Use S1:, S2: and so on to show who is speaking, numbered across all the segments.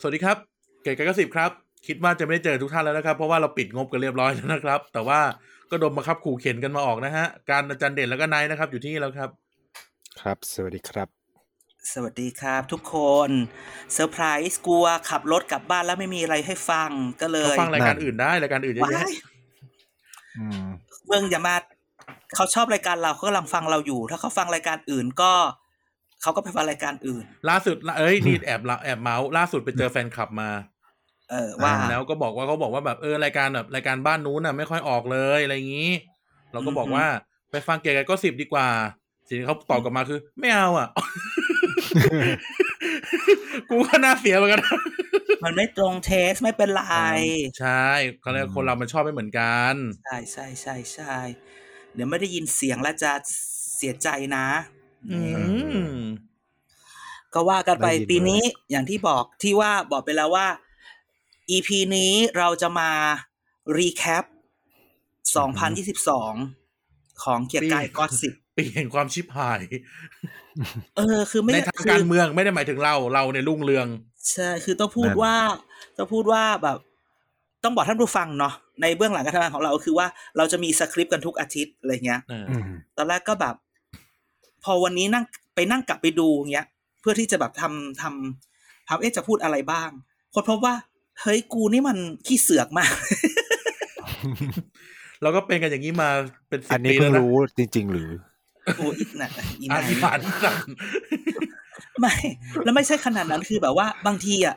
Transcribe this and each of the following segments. S1: สวัสดีครับ เกตกากสิบครับ คิดว่าจะไม่ได้เจอทุกท่านแล้วนะครับ เพราะว่าเราปิดงบกันเรียบร้อยแล้วนะครับ แต่ว่าก็ดมมาครับขู่เข็นกันมาออกนะฮะ การอาจารย์เด่นแล้วก็นายนะครับ อยู่ที่นี่แล้วครับ
S2: ครับ สวัสดีครับ
S3: สวัสดีครับทุกคนเซอร์ไพรส์กลัวขับรถกลับบ้านแล้วไม่มีอะไรให้ฟังก็เล
S1: เขา
S3: ย
S1: ฟังรายการ
S2: นั่น
S1: อื่นได้รายการอื่นเยอะ
S3: ว้า
S1: แยะ
S3: ย
S2: อืม
S3: เมืองอย่ามาเขาชอบรายการเราเขากำลังฟังเราอยู่ ถ้าเขาฟังรายการอื่นก็เขาก็ไปฟังรายการอื่น
S1: ล่าสุดละเอ้ยนี่แอบละแอบเมาส์ล่าสุดไปเจอแฟนคลับมา
S3: เออว่า
S2: อ่า
S1: แล้วก็บอกว่าเขาบอกว่าแบบเออรายการแบบรายการบ้านนู้นน่ะไม่ค่อยออกเลยอะไรอย่างนี้ เราก็บอกว่าไปฟังเกตกาก็สิบดีกว่า สิ่งที่เขาตอบกลับมาคือ ไม่เอาอ่ะ กูก็น่าเสียเหมือนกันนะ
S3: มันไม่ตรงเทสไม่เป็นไร
S1: ใช่เขาเรียกว่าคนเรามันชอบไม่เหมือนกัน
S3: ใช่ใช่ใช่ใช่เดี๋ยวไม่ได้ยินเสียงแล้วจะเสียใจนะ
S1: อืม
S3: ก็ว่ากันไป
S2: ได้ยินเลย
S3: ปีนี้อย่างที่บอกที่ว่าบอกไปแล้วว่า EP นี้เราจะมารีแคป 2022 ของเกียรติกายก็อตสิบ
S1: ปีแห่งความชิบหาย
S3: เออ คือไม่
S1: ใน
S3: ได้
S1: ทาง
S3: คื
S1: การ
S3: อ
S1: เมืองไม่ได้หมายถึงเราเราในยรุ่งเรือง
S3: ใช่คือต้องพูด
S2: นั่น
S3: ว่าต้องพูดว่าแบบ ต้องบอกท่านผู้ฟังเนาะในเบื้องหลังการทำงานของเราคือว่าเราจะมีสคริปต์กันทุกอาทิตย์อะไรเงี้ย
S1: เออ
S2: อืม
S3: ตอนแรกก็แบบ พอวันนี้นั่งไปนั่งกลับไปดูอย่างเงี้ย เพื่อที่จะแบบทำทำทำเอ๊ะจะพูดอะไรบ้างคนพบว่า เฮ้ยกูนี่มันขี้เสือกมาก
S1: เราก็เป็นกันอย่างนี้มาเป็นสิ
S2: อั
S1: บ
S2: นนี้
S1: ปี
S2: เพิ่
S1: แล้วนะ
S2: งรู้จริง ๆ หรือ
S3: โอ้อีกน่ะอี
S1: อา
S3: นา
S1: ธิ
S3: ย
S1: ษฐานสั่ ง
S3: ไม่ แล้วไม่ใช่ขนาดนั้นคือแบบว่าบางทีอ่ะ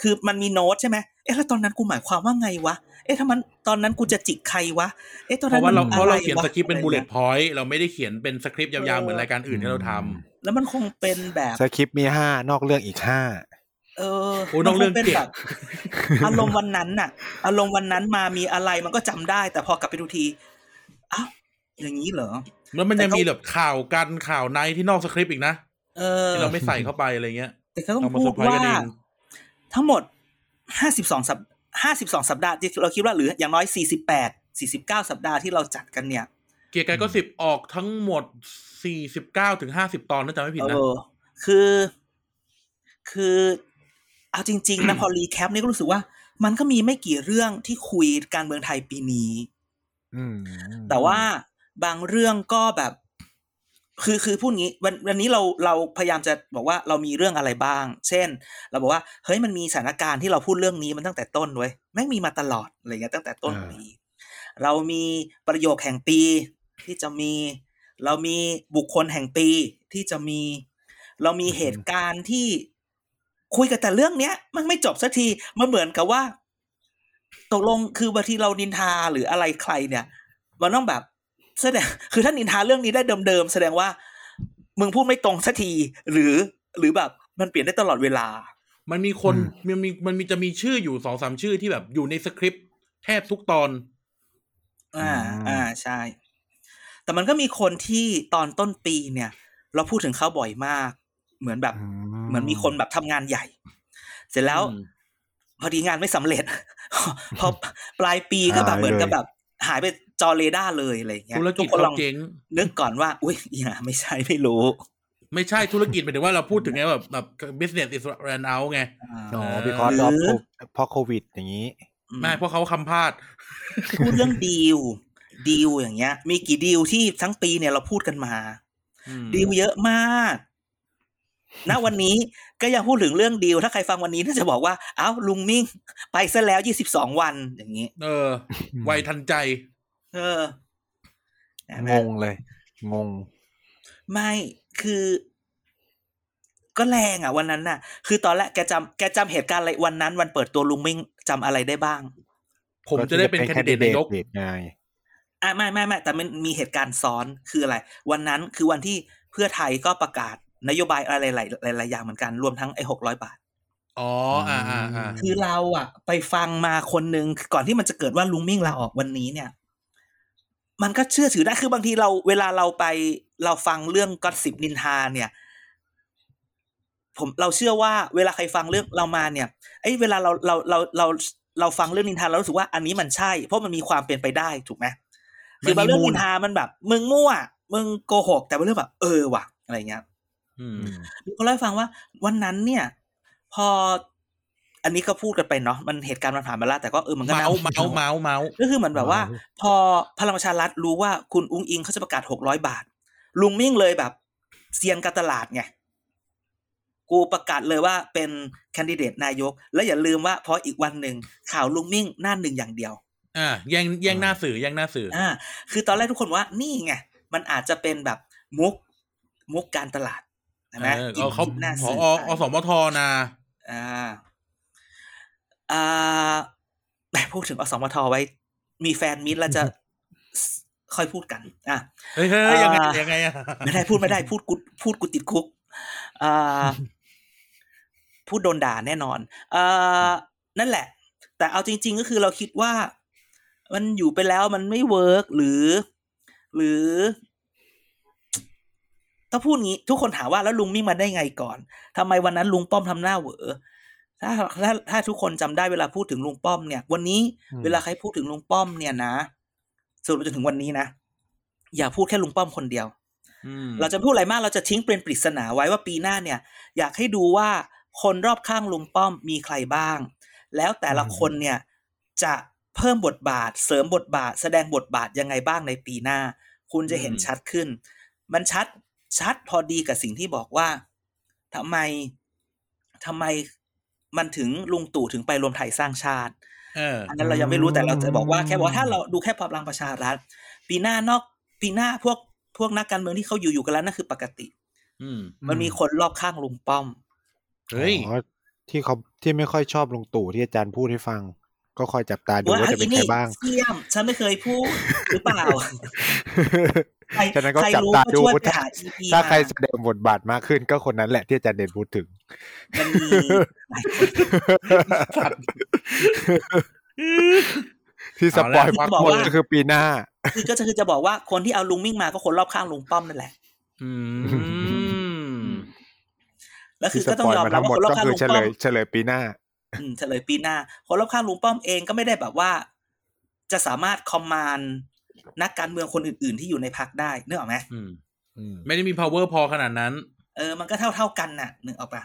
S3: คือมันมีโน้ตใช่ไหมเอ๊ะแล้วตอนนั้นกูหมายความว่าไงวะเอ๊ะถ้ามันตอนนั้นกูจะจิกใครวะเอ๊ะตอน
S1: เพ
S3: นั้น
S1: ราะว่าเราเพราะเรา
S3: อะไวะ
S1: เขียนสคริปต์เป็น
S3: อะ
S1: บูเล
S3: ไงี้
S1: ย ตพอยต์เราไม่ได้เขียนเป็นสคริปต์ยาวๆเหมือนรายการอื่นที่เราทำ
S3: แล้วมันคงเป็นแบบ
S2: สคริปต์มีห้านอกเรื่องอีกห้า
S3: เออ
S1: โอ้ยนอกเรื่อง
S3: มัคป็น
S1: เกลียด
S3: แบบอารมณ์วันนั้นน่ะ อารมณ์วันนั้นมามีอะไรมันก็จำได้ แต่พอกลับไปดูทีอ้าวอย่างนี้เหรอ
S1: แล้วมันยัง
S3: แต่ก็
S1: มีแบบข่าวกันข่าวในที่นอกสคริปต์อีกนะ
S3: เออ
S1: ที่เราไม่ใส่เข้าไปอะไรเงี้ย
S3: แต่ก็ต้อง
S1: เอามา
S3: พู
S1: เซอ
S3: ด
S1: ร์ไพรส์กั
S3: ว่า
S1: นเอง
S3: ทั้งหมดห้าสิบสองสัปห้าสิบสองสัปดาห์ที่เราคิดว่าหรืออย่างน้อยสี่สิบแปดสี่สิบเก้าสัปดาห์ที่เราจัดกันเนี่ย
S1: เกียร์กายก็สิบออกทั้งหมดสี่สิบเก้าถึงห้าสิบตอนน่าจะไม่ผิด
S3: เอ
S1: นะ
S3: อคือ คือเอาจริง ๆ นะพอรีแคปนี่ก็รู้สึกว่า มันก็มีไม่กี่เรื่องที่คุยการเมืองไทยปีนี้
S2: อืม
S3: แต่ว่าบางเรื่องก็แบบ คือคือพูดงี้วันวันนี้เราเราพยายามจะบอกว่าเรามีเรื่องอะไรบ้าง เช่น เราบอกว่าเฮ้ยมันมีสถานการณ์ที่เราพูดเรื่องนี้มันตั้งแต่ต้นเว้ยแม่งมีมาตลอดอะไรเงี้ยตั้งแต่ต้นปีเรามีประโยคแห่งปีที่จะมี เรามีบุคคลแห่งปีที่จะมี เรามีเหตุการณ์ที่คุยกันแต่เรื่องเนี้ย มันไม่จบสักทีมันเหมือนกับว่า ตกลงคือบางทีเรานินทาหรืออะไรใครเนี่ย มันต้องแบบแสดง คือถ้านินทาเรื่องนี้ได้เดิมๆแสดงว่า มึงพูดไม่ตรงสักที หรือ หรือแบบมันเปลี่ยนได้ตลอดเวลา
S1: มันมีคนมันมีมันมีจะมีชื่ออยู่สองสามชื่อที่แบบอยู่ในสคริปต์แทบทุกตอน
S3: อ่า อ่าใช่ แต่มันก็มีคนที่ตอนต้นปีเนี่ย เราพูดถึงเขาบ่อยมาก เหมือนแบบ เหมือนมีคนแบบทำงานใหญ่ เสร็จแล้ว
S1: อืม
S3: พอดีงานไม่สำเร็จ พอปลายปีก็แบบเหมือนกับแบบ หายไปจอเรดาร์เลยอะไรอย่างเงี้ย
S1: ธุร
S3: ทุ
S1: กิจ
S3: กคนล
S1: เรา
S3: อง
S1: เจ๊ง
S3: นึกก่อนว่า อุ้ยอย่าไม่ใช่ไม่รู้
S1: ไม่ใช่ธุรกิจหมายถึงว่าเราพูดถึงไงแบบแบบ business is run out ไง
S2: อ๋อพี่คอส
S3: หรือ
S2: รอบเพราะโควิดอย่างนี้
S3: อื
S1: ไม่เพราะเขาคำพาด
S3: พูดเรื่องดีลดีลอย่างเงี้ย มีกี่ดีลที่ทั้งปีเนี่ยเราพูดกันมา ดีลเยอะมากณวันนี้ก็ยังพูดถึงเรื่องดีลถ้าใครฟังวันนี้น่าจะบอกว่าเอ้าลุงมิ่ง ไปซะแล้วยี่สิบสองวันอย่างนี้
S1: เออ ไวทันใจ
S3: เออเห็นไหม
S2: งงเลย งง
S3: ไม่คือ ก็แรงอ่ะ วันนั้นน่ะ คือตอนแรกแกจำแกจำเหตุการณ์อะไรวันนั้น วันเปิดตัวลุงมิ่งจำอะไรได้บ้าง
S1: ผมจะได้เป็นแคนดิเดตนายก
S2: candidate ไง
S3: อ่ะไม่ไม่ไม่แต่มันมีเหตุการณ์ซ้อนคืออะไร วันนั้นคือวันที่เพื่อไทยก็ประกาศนโยบายอะไรหลายหลายหลายอย่างเหมือนกันรวมทั้งไอ้หกร้อยบาท
S1: อ๋อ อ่าอ่าอ่า
S3: คือเราอ่ะ ไปฟังมาคนหนึ่งก่อนที่มันจะเกิดว่าลุงมิ่งลาออกวันนี้เนี่ย มันก็เชื่อถือได้คือบางทีเราเวลาเราไปเราฟังเรื่องก็สิบนินทาเนี่ย ผมเราเชื่อว่าเวลาใครฟังเรื่องเรามาเนี่ยไอ้ยเวลาเราเราเราเราเราฟังเรื่องนินทาเรารู้สึกว่าอันนี้มันใช่ เพราะมันมีความเป็นไปได้ถูกไหมคือบางเรื่องนินทามันแบบ มึงมั่ว มึงโกหก แต่บางเรื่องแบบ เออว่ะอะไรเงี้ย
S1: อืม
S2: อืม
S3: เขาเล่าให้ฟังว่าวันนั้นเนี่ย พอ อันนี้ก็พูดกันไปเนาะมันเหตุการณ์มันผ่านมาแล้วแต่ก็เออมันก็
S1: เมา
S3: น่า
S1: ส์เมาส์เมาส์เมาส์
S3: ก็คือเหมือนแบบว่า
S2: เมา
S3: พอพลังประชารัฐรู้ว่าคุณอุ้งอิงเขาจะประกาศหกร้อยบาท ลุงมิ่งเลยแบบเซียนการตลาดไงกูประกาศเลยว่าเป็นแคนดิเดตนายก แล้วอย่าลืมว่าพออีกวันหนึ่งข่าวลุงมิ่งหน้าหนึ่งอย่างเดียว
S1: อ่าแย่งแย่งหน้าสื่อแย่งหน้าสื่ออ
S3: อ่า คือตอนแรกทุกคนว่านี่ไง มันอาจจะเป็นแบบมุก มุกการตลาดใช่ไหม
S1: เออเขาเขา
S3: จิ้มหน้า
S1: ผ
S3: สื่
S1: อ
S3: ไป
S1: อสมทนะ
S3: อ่า อ่าแต่พูดถึงอสมทไว้ มีแฟนมิตรแล้วจะ ค่อยพูดกัน อ่ะ
S1: เฮ้ยเฮ้ยยังไง
S3: อ่ายั
S1: ยังไงอ่ะ
S3: ไม่ได้พูดไม่ได้พูดกูพูดกูติดคุกอ่าพูดโดนด่าแน่นอนอ่านั่นแหละ แต่เอาจริง ๆ ก็คือเราคิดว่า มันอยู่ไปแล้วมันไม่เวิร์กหรือ หรือถ้าพูดงี้ ทุกคนถามว่าแล้วลุงมิ่งมาได้ไงก่อนทำไมวันนั้นลุงป้อมทำหน้าเหวอถ้าถ้าถ้าทุกคนจำได้เวลาพูดถึงลุงป้อมเนี่ย วันนี้
S2: อืม
S3: เวลาใครพูดถึงลุงป้อมเนี่ยนะสรุปจนถึงวันนี้นะอย่าพูดแค่ลุงป้อมคนเดียว
S1: อืม
S3: เราจะพูดอะไรมากเราจะทิ้งเป็นปริศนาไว้ว่าปีหน้าเนี่ย อยากให้ดูว่าคนรอบข้างลุงป้อมมีใครบ้าง แล้วแต่ละคนเนี่ยจะเพิ่มบทบาท เสริมบทบาท แสดงบทบาทยังไงบ้างในปีหน้า คุณจะเห็นชัดขึ้น มันชัดชัดพอดีกับสิ่งที่บอกว่าทำไมทำไมมันถึงลุงตู่ถึงไปรวมไทยสร้างชาติ
S1: เออ
S3: อันนั้นเรายังไม่รู้
S2: อืม
S3: แต่เราจะบอกว่าแค่บอกว่าถ้าเราดูแค่พลังประชารัฐปีหน้านอกปีหน้าพวกพวกนักการเมืองที่เขาอยู่อยู่กันแล้วนั่นคือปกติ
S1: อืม
S3: มันมีคนรอบข้างลุงป้อม
S1: เฮ้ย
S2: อ๋อที่เขาที่ไม่ค่อยชอบลุงตู่ที่อาจารย์พูดให้ฟัง ก็คอยจับตาดู
S3: ว่า
S2: ว่า
S3: อั
S2: จะเป็นนใคร
S3: นี้
S2: บ้าง
S3: เสี่ยม ฉันไม่เคยพูดหรือเปล่าใคร
S2: ฉะนั้นก็
S3: ใคร
S2: จับ
S3: รู้
S2: ตา
S3: ก็
S2: ดู
S3: ช่วยไป
S2: ถ้า
S3: หา EP
S2: ถ้าใคร
S3: ม
S2: แสดงบทบาทมากขึ้นก็คนนั้นแหละที่อาจารย์เด่นพูดถึง
S3: มันมีหลายคน
S1: สัตว์
S2: ที่สปอยล์พักหมดก็คือปีหน้า
S3: คือก็จะคือจะบอกว่าคนที่เอาลุงมิ่งมาก็คนรอบข้างลุงป้อมนั่นแหละ
S1: อืม
S3: แล้วคื
S2: ที่
S3: อ
S2: ส
S3: ก็
S2: ป
S3: ต้อง
S2: อยล์
S3: ยอม
S2: มา
S3: รับ
S2: ทั้งหมด
S3: ว่าคนรอ
S2: ก็
S3: บข้าง
S2: คือ
S3: ลุง
S2: เฉล
S3: ป้อม
S2: ยเฉลยปีหน้า
S3: อืมเฉลยปีหน้าคนรอบข้างลุงป้อมเองก็ไม่ได้แบบว่า จะสามารถคอมมานด์นักการเมืองคนอื่น ๆ ที่อยู่ในพักได้นึกออกไหม
S1: อืม
S2: อืม
S1: ไม่ได้มี power พอขนาดนั้น
S3: เออมันก็เท่าเท่าๆกันน่ะนึกออกปะ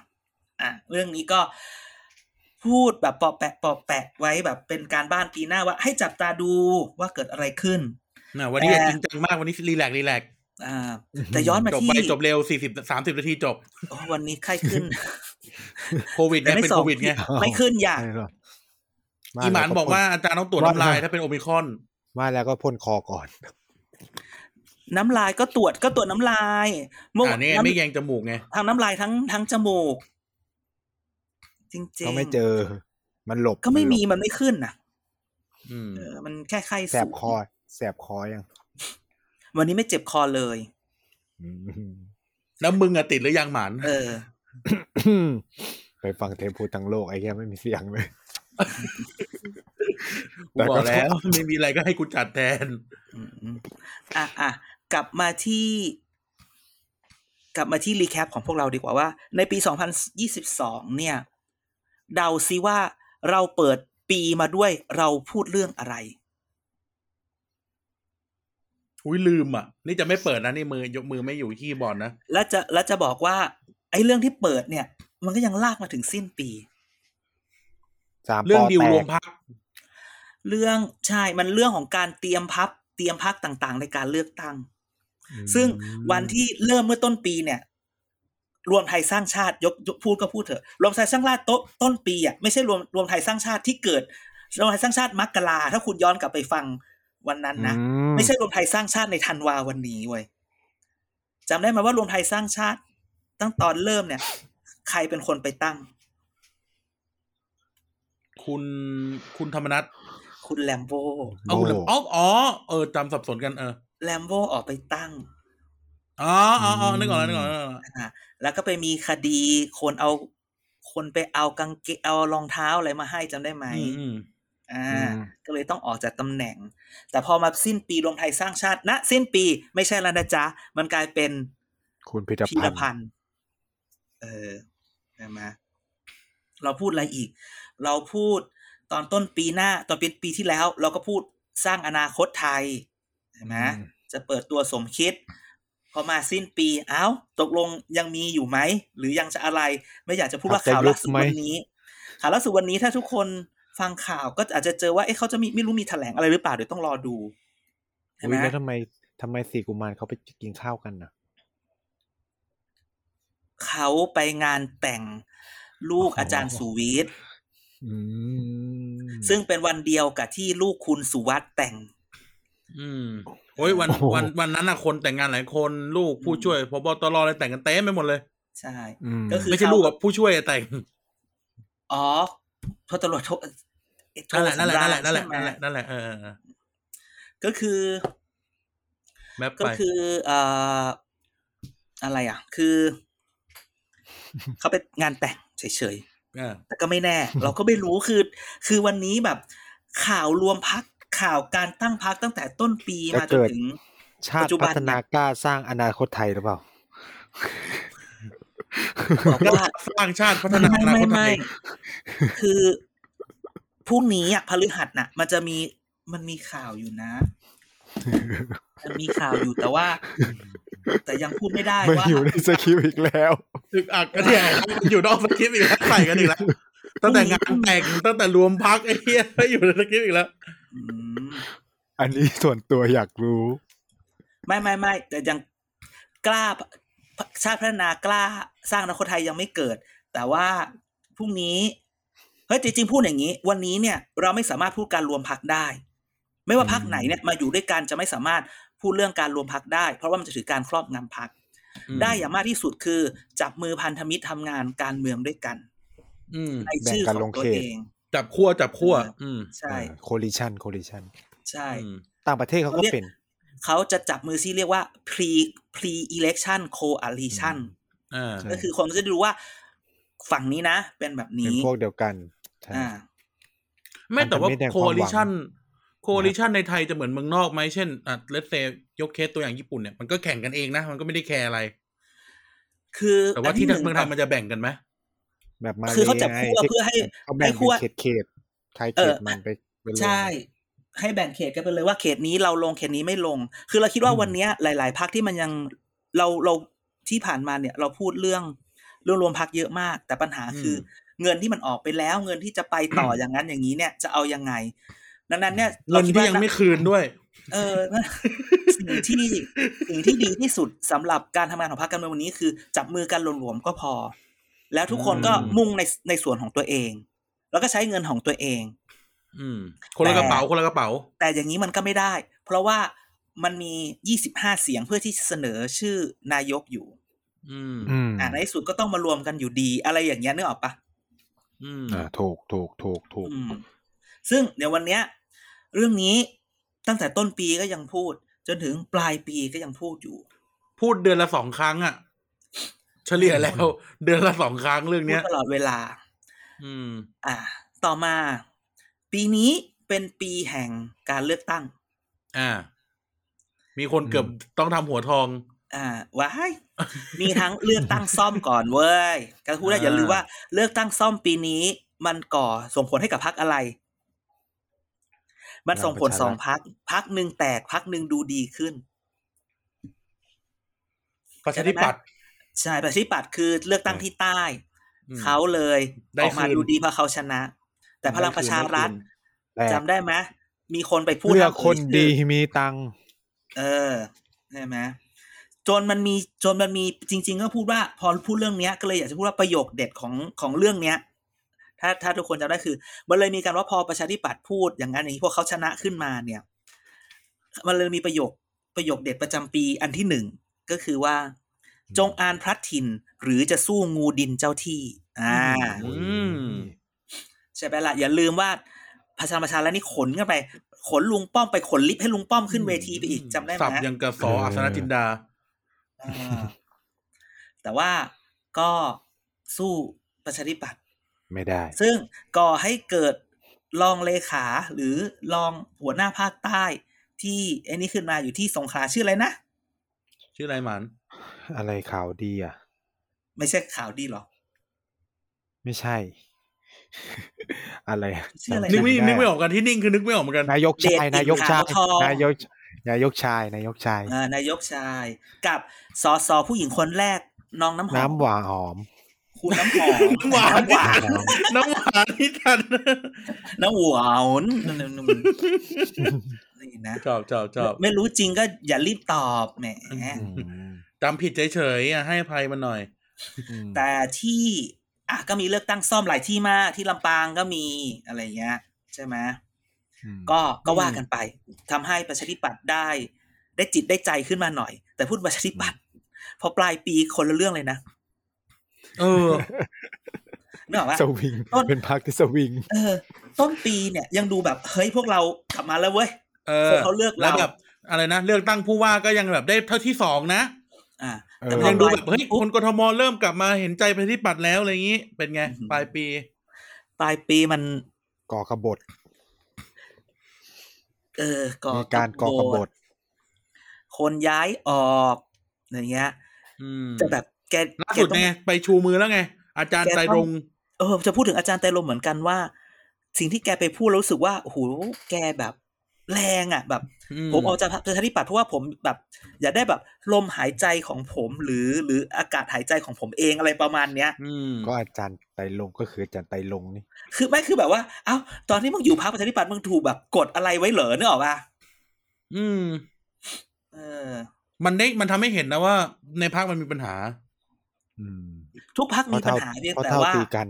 S3: อ่ะเรื่องนี้ก็พูดแบบปอแปะปอแปะไว้แบบเป็นการบ้านปีหน้าว่า ให้จับตาดูว่าเกิดอะไรขึ้น
S1: นะ วันนี้อ
S3: แต่
S1: ย่าจริงจังมาก วันนี้รีแลกซ์รีแลกซ์
S3: อ่า แต่ย้อนมา
S1: จบ
S3: ที่
S1: ไปจบเร็วสี่สิบสามสิบนาทีจบ
S3: โอ้วันนี้ไข้ ขึ้น
S1: โควิด
S3: แต่
S1: ไง
S3: ไม่
S1: เป็น
S3: สอง
S1: โควิดไง
S3: ไม่ขึ้นอยาก
S2: ไม่หรอก
S1: อีหมานบอกว่าอาจารย์ต้องตรวจน้ำลายถ้าเป็นโอมิครอน
S2: ว่าแล้วก็พ่นคอก่อน
S3: น้ำลายก็ตรวจก็ตรวจน้ำลายเมื่อ
S1: อ่านี่ไง
S3: น้ำ
S1: ไม่แยงจมูกไง
S3: ทั้งน้ำลายทั้งทั้งจมูก จริงๆ
S2: ก็ไม่เจอ มันหลบ
S3: ก็ไม่มี
S2: นหล
S3: มันไม่ขึ้นนะ
S1: อืม
S3: เออมันแค่ไข้
S2: บแส
S3: สู
S2: บ
S3: ง
S2: คอ แสบคอยัง
S3: วันนี้ไม่เจ็บคอเลย
S2: อืม
S1: แล้วมึงอะติดหรือยังหมาน
S3: เออ
S2: ไปฟังเทปพูดทั้งโลกไอ้แค่ไม่มีเสียงเลย
S1: กูบอกแล้ว ไม่มีอะไรก็ให้กูจัดแทน
S3: อืมอืมอ่ะอ่ะกลับมาที่ กลับมาที่รีแคปของพวกเราดีกว่าว่า ในปี 2022 เนี่ย เดาซิว่าเราเปิดปีมาด้วยเราพูดเรื่องอะไร
S1: อุ้ยลืมอ่ะ นี่จะไม่เปิดนะนี่มือยกมือไม่อยู่ที่บอร์ดนะ
S3: แล้วจะแล้วจะบอกว่า ไอ้เรื่องที่เปิดเนี่ย มันก็ยังลากมาถึงสิ้นปี
S2: สามป
S1: เรื่อง
S2: อ
S1: ดิว
S2: แต
S1: รว
S2: ก
S1: มพัก
S3: เรื่องใช่มันเรื่องของการเตรียมพักเตรียมพักต่างๆ ในการเลือกตั้ง ซึ่งวันที่เริ่มเมื่อต้นปีเนี่ย รวมไทยสร้างชาติยกยกพูดก็พูดเถอะ รวมไทยสร้างชาติโต๊ะต้นปีอ่ะไม่ใช่รวมรวมไทยสร้างชาติที่เกิด รวมไทยสร้างชาติมกราถ้าคุณย้อนกลับไปฟังวันนั้นนะ
S2: อื
S3: ไม่ใช่รวมไทยสร้างชาติในธันวาวันนี้เว้ยจำได้ไหมว่ารวมไทยสร้างชาติ ตั้งตอนเริ่มเนี่ย ใครเป็นคนไปตั้ง
S1: คุณคุณธรรมนัท
S3: คุณแลมโบ
S1: เอาคุณอ๋ออ๋อเออจำสับสนกันเออ
S3: แลมโบออกไปตั้ง
S1: อ๋ออ๋ออ๋อนึกออกแล้วนึกออกแล้วนึกออกแล้ว
S3: อ่ะแล้วก็ไปมีคดีคนเอาคนไปเอากางเกงเอารองเท้าอะไรมาให้จำได้ไหม
S1: อืมอืม
S3: อ่า
S2: อืม
S3: ก็เลยต้องออกจากตำแหน่ง แต่พอมาสิ้นปีรวมไทยสร้างชาติณสิ้นปีไม่ใช่แล้วนะจ๊ะ มันกลายเป็น
S2: คุณพิร
S3: พีร
S2: พั
S3: พั
S2: นธ์
S3: นธ์เออใช่ไหมเราพูดอะไรอีก เราพูดตอนต้นปีหน้า ตอนเป็นปีที่แล้ว เราก็พูดสร้างอนาคตไทยใช่ไหม จะเปิดตัวสมคิด พอมาสิ้นปี เอ้า ตกลงยังมีอยู่ไหม หรือยังจะอะไร ไม่อยากจะพูดว่าข่าวล่าสุดวันนี้ ข่าวล่าสุดวันนี้ถ้าทุกคนฟังข่าวก็อาจจะเจอว่าเอ๊ะเขาจะมีไม่รู้มีแถลงอะไรหรือเปล่าเดี๋ยวต้องรอดูใช่ไห
S2: อุ๊
S3: ม
S2: ยแล้วทำไมทำไมสี่กุมารเขาไปกินข้าวกันนะ
S3: เขาไปงานแต่งลูกอาจารย์สุวิทย์
S2: อืม
S3: ซึ่งเป็นวันเดียวกับที่ลูกคุณสุวัสด์แต่ง
S1: อืมโอ้ยวัน
S2: โอ้โห
S1: วันวันนั้นอะคนแต่งงานหลายคนลูกผู้ช่วยพบตรอะไรแต่งกันเต็มไปหมดเลย
S3: ใช่
S2: อืม
S3: ก็คือ
S1: ไม่ใช่ลูกกับผู้ช่วยอะแต่ง
S3: อ๋อพลตำรวจโทเอกโท
S1: นั่นแหละนั่นแหละ
S3: สำราญ
S1: นั่นแหละ
S3: ใช่
S1: นั่นแห
S3: ไหม
S1: ละนั่นแหละเออเออเออ
S3: ก็คือ
S1: แมป
S3: ก็
S1: ไป
S3: คือเอ่ออะไรอ่ะ คือ เขาเป็นงานแต่งเฉย
S1: อ่า
S3: ๆแต่ก็ไม่แน่ เราก็ไม่รู้คือ คือวันนี้แบบ ข่าวรวมพักข่าวการตั้งพักตั้งแต่ต้นปีมาจนถึง
S2: ชา
S3: ปั
S2: ติ
S3: จจุบั
S2: พั
S3: น
S2: ฒนากล้าสร้างอนาคตไทยหรือเปล่า
S3: บอกว่า
S1: สร้างชาติพัฒนาอนาคตไทย
S3: คือพรุ่งนี้อ่ะพฤหัสน่ะ มันจะมีมันมีข่าวอยู่นะ มันมีข่าวอยู่แต่ว่า แต่ยังพูดไม่ได้
S2: ไม่
S3: ว่า
S2: อยู่ในสคริปต์อีกแล้ว
S1: อึกอักกันเนี่ยอยู่นอกสคริปต์อีกแล้วใส่กันอีกแล้วตั้งแต่งานแต่งตั้งแต่รวมพักไอ้เหี้ย อยู่ในสคริปต์อีกแล้ว
S3: อืม
S2: อันนี้ส่วนตัวอยากรู้
S3: ไม่ไม่ไม่แต่ยังกล้าชาติพัฒนากล้าสร้างอนาคตไทยยังไม่เกิด แต่ว่าพรุ่งนี้เฮ้ยจริงๆพูดอย่างนี้ วันนี้เนี่ย เราไม่สามารถพูดการรวมพักได้ ไม่ว่าพักไหนเนี่ยมาอยู่ด้วยกันจะไม่สามารถพูดเรื่องการรวมพักได้ เพราะว่ามันจะถือการครอบงำพัก ได้อย่างมากที่สุดคือจับมือพันธมิตรทำงานการเมืองด้วยกัน
S1: อืม
S3: ในชื่อ
S2: แบ่งกัน
S3: ข
S2: ล
S3: อง งตัว
S2: เขต
S3: เอง
S1: จับขั้วจับขั้วอืม
S3: ใช่
S2: โคลิชันโคลิชัน
S3: ใช่
S1: อืม
S2: ต่างประเทศเขาก็เป็น
S3: เขาจะจับมือที่เรียกว่า pre pre election coalition
S1: อ่า
S2: ใช่
S3: ก็คือคนจะดูว่าฝั่งนี้นะ เป็นแบบ
S2: เป็น
S3: นี้
S2: พวกเดียวกันใช่
S3: อ่า
S1: ไม่แต่ว่า
S2: มันจะไม่แสดง
S1: โค
S2: ความหวัง
S1: ลิชันโคลิชันในไทยจะเหมือนเมืองนอกไหมเช่นอ่ะเลสเซยกเคสตัวอย่างญี่ปุ่นเนี่ยมันก็แข่งกันเองนะ มันก็ไม่ได้แคร์อะไร
S3: คือ
S1: แต่ว่า
S3: อัน
S1: ที่
S3: หนึ่
S1: เมืองไทยมันจะแบ่งกันไหม
S2: แบบมา
S3: คือเขาจับ
S2: ลย
S3: คั่
S2: ไง
S3: วเพื่อให้
S2: เขาแบ่ง
S3: ให้คั่
S2: เป็น
S3: ว
S2: เขตเขตๆใครเขตมันไปไปลง
S3: ใช่ ให้แบ่งเขตกันไปเลยว่าเขตนี้เราลงเขตนี้ไม่ลง คือเราคิดว่าวันเนี้ยหลาย ๆพักที่มันยังเราเราที่ผ่านมาเนี่ย เราพูดเรื่องเรื่องรวมพักเยอะมาก แต่ปัญหาคืออเงินที่มันออกไปแล้ว เงินที่จะไปต่อ อย่างนั้นอย่างนี้เนี่ยจะเอายังไง ดังนั้นเนี่ย
S1: เงิน
S3: คิด
S1: ที่
S3: ว่า
S1: ยังไม่คืนด้วย
S3: เออ นั่นสิ่งที่สิ่งที่ดีที่สุดสำหรับการทำงานของพรรคการเมืองวันนี้คือ จับมือกันหลวมๆก็พอ แล้วทุกคนก็
S1: อืม
S3: มุ่งในในส่วนของตัวเอง แล้วก็ใช้เงินของตัวเอง
S1: อืม คนละกระเป๋าคนละกระเป๋า
S3: แต่อย่างนี้มันก็ไม่ได้ เพราะว่ามันมี 25 เสียงเพื่อที่จะเสนอชื่อนายกอยู่
S1: อืม
S2: อืม
S3: อ่าในที่สุดก็ต้องมารวมกันอยู่ดี อะไรอย่างเงี้ยนึกออกปะ
S1: อืม
S2: อ่าถูกถูกถูกถูก
S3: อืม ซึ่งเดี๋ยววันเนี้ย เรื่องนี้ตั้งแต่ต้นปีก็ยังพูด จนถึงปลายปีก็ยังพูดอยู่
S1: พูดเดือนละสองครั้งอ่ะ เฉลี่ยแล้ว เดือนละสองครั้งเรื่อง
S3: พูด
S1: เนี้ย
S3: ตลอดเวลา
S1: อืม
S3: อ่า ต่อมา ปีนี้เป็นปีแห่งการเลือกตั้ง
S1: อ่า มีคนเกือบต้องทำหัวทอง
S3: อ่าว้าย มีทั้งเลือกตั้งซ่อมก่อนเว้ยการพูดได้อย่าลืมว่าเลือกตั้งซ่อมปีนี้ มันก่อส่งผลให้กับพักอะไร มันส่งผลสองพักพักหนึ่งแตกพักหนึ่งดูดีขึ้น
S1: ประชาธิปัตย์
S3: ใช่ประชาธิปัตย์คือเลือกตั้งที่ใต้ เขาเลย
S1: ได้
S3: ออกมา
S1: คืน
S3: ดูดีเพราะเขาชนะ แต่พลังประชารัฐ
S2: แต่
S3: จำได้ไหมมีคนไปพูด
S2: เพื่อ
S3: ห้าม
S2: คน
S3: เอ่ยชื่อ
S2: ดีมีตังค์
S3: เออใช่ไหมจนมันมีจนมันมีจริง ๆ ก็พูดว่าพอพูดเรื่องเนี้ย ก็เลยอยากจะพูดว่าประโยคเด็ดของของเรื่องเนี้ย ถ้าถ้าทุกคนจำได้คือ มันเลยมีการว่าพอประชาธิปัตย์พูดอย่างนั้นอย่างนี้พวกเขาชนะขึ้นมาเนี่ย มันเลยมีประโยคประโยคเด็ดประจำปีอันที่หนึ่งก็คือว่า จงอานพลัดถิ่นหรือจะสู้งูดินเจ้าที่ อ่า
S1: อืม
S3: ใช่ไหมล่ะอย่าลืมว่าพลังประชาแล้วนี่ขนกันไป ขนลุงป้อมไปขนลิฟต์ให้ลุงป้อมขึ้นเวทีไปอีกจำได้ไหม
S1: สับยังกระสออัศนจินดา
S3: อ่าแต่ว่าก็สู้ประชาธิปัตย์
S2: ไม่ได้
S3: ซึ่งก่อให้เกิดรองเลขาหรือรองหัวหน้าภาคใต้ ที่ไอ้นี่ขึ้นมาอยู่ที่สงขลาชื่ออะไรนะ
S1: ชื่ออะไรหมัน
S2: อะไรข่าวดีอ่ะ
S3: ไม่ใช่ข่าวดีหรอ
S2: ไม่ใช่ อะไรอะ
S3: ชื่ออะไร
S2: จำ
S1: นึ
S2: ชื่
S1: กไม่
S2: ด้
S1: นึกไม่ออกกันที่นิ่งคือนึกไม่ออกเหมื อนกัน
S2: นายกชาย
S3: เดช
S2: นายกชาย
S3: ขาวทอง
S2: นายกนายกชายนายกชาย
S3: เอ่อนายกชาย กับสอสอผู้หญิงคนแรกน้องน้ำหอม
S2: น้ำหวานหอม
S3: คุณน้ำหอม
S1: น้ำหวาน
S3: น้ำหวาน
S1: น้ำหวานที่ทัน
S3: น้ำหวาน นี่นะ
S1: ชอบชอบชอบ
S3: ไม่รู้จริงก็อย่ารีบตอบแหม
S2: อืม
S1: จำผิดเฉยๆอ่ะให้อภัยมันหน่อย
S2: อืม
S3: แต่ที่อ่ะก็มีเลือกตั้งซ่อมหลายที่มากที่ลำปางก็มีอะไรเงี้ยใช่ไหม
S2: อืม
S3: ก็ก็ว่ากันไปทำให้ประชาธิปัตย์ได้ ได้จิตได้ใจขึ้นมาหน่อย แต่พูดประชาธิปัตย์พอปลายปีคนละเรื่องเลยนะ
S1: เออ
S3: นึกออกปะ
S2: สวิง
S3: ต้น
S2: เป็นพักที่สวิง
S3: เออ ต้นปีเนี่ยยังดูแบบเฮ้ยพวกเรากลับมาแล้วเว้ย
S1: เอ
S3: ค
S1: อน
S3: เขาเลือกเรา
S1: แล้วแบบอะไรนะเลือกตั้งผู้ว่าก็ยังแบบได้เท่าที่สองนะ
S3: อ่า
S2: เอ
S3: แต่
S2: อ
S3: พอ
S1: ยัง
S3: ป
S1: ดูแบ
S3: ลาย
S1: บเฮ้ยคนกทมเริ่มกลับมาเห็นใจประชาธิปัตย์แล้วอะไรอย่างนี้เป็นไง
S3: อือหือ
S1: ปลายปี
S3: ปลายปีมัน
S2: ก่อกบฏ
S3: เออก่อ
S2: มีการก่อกบฏ
S3: คนย้ายออกอะไรเงี้ย
S1: อืม
S3: แต่แบบแก
S1: ล่า
S3: แก
S1: สุด
S3: ต้อง
S1: ไงไปชูมือแล้วไง อาจารย์
S3: แกต้อง
S1: ไตรรงค์
S3: เออจะพูดถึงอาจารย์ไตรลมเหมือนกันว่า สิ่งที่แกไปพูดแล้วรู้สึกว่าโอ้โหแกแบบแรงอ่ะ แบบ ผมออกจากประชาธิปัตย์เพราะว่าผมแบบ อยากได้แบบลมหายใจของผมหรือหรืออากาศหายใจของผมเองอะไรประมาณเนี้ย
S1: อืม
S2: ก็อาจารย์ไตรลงก็คืออาจารย์ไตรลงนี่
S3: คือไม่คือแบบว่า เอ้าตอนที่มึงอยู่พรรคประชาธิปัตย์มึงถูกแบบกดอะไรไว้เหรอเนกออกป่ะ
S1: อืม
S3: เออ
S1: มันได้มันทำให้เห็นนะว่า ในพักมันมีปัญหา
S2: อืม
S3: ทุกพรรค
S2: เพ
S3: มี
S2: ราะ
S3: ปัญ
S2: เท่า
S3: หาเพียง
S2: เพราะ
S3: แต่
S2: เท่า
S3: ว่า
S2: ตีกัน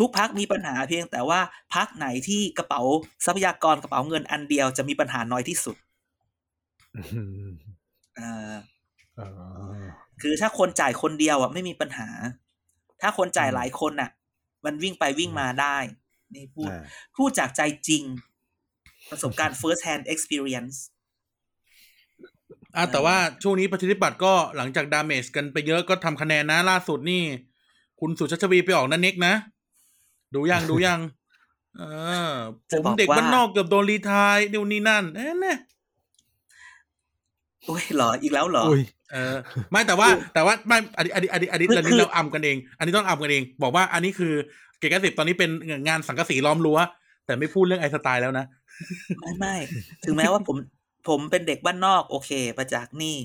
S3: ทุกพักมีปัญหาเพียงแต่ว่าพักไหนที่กระเป๋าทรัพยากรกระเป๋าเงินอันเดียวจะมีปัญหาน้อยที่สุด
S2: อืม
S3: เออ
S2: เออ
S3: คือถ้าคนจ่ายคนเดียวอ่ะไม่มีปัญหา ถ้าคนจ่ายหลายคนอ่ะ มันวิ่งไปวิ่งมาได้ นี่พูด
S2: อ่า
S3: พูดจากใจจริง ประสบ การณ์ first hand experience
S1: อ่ะแต่ว่าช่วงนี้ประชาธิปัตย์ก็หลังจากดาเมจกันไปเยอะก็ทำคะแนนนะ ล่าสุดนี่ คุณสุชาติชวีไปออกนั่นเน็กนะ ดูยังดูยัง เออ ผ
S3: จะ
S1: ม
S3: บอกว่า
S1: เด็กบ้านนอกเกือบโดนรีไทายนู่นนี่นั่นเอ๊ะเนี่ย
S3: โอ้ยเหรออีกแล้วเหรอ
S2: อุ้ย
S1: เออ ไม่แต่ว่าแต่ว่าไม่อันนี้อันนี้อันนี้อันนี้อัน
S3: คือคื
S1: นี้
S3: อ
S1: เราอำกันเอง อันนี้ต้องอำกันเอง บอกว่าอันนี้คือเกกสิบตอนนี้เป็นงานสังกะสีล้อมรั้วแต่ไม่พูดเรื่องไอสไตล์แล้วนะ
S3: ไม่ไม่ถึงแม้ว่าผม ผมเป็นเด็กบ้านนอก โอเคประจากษ์นี่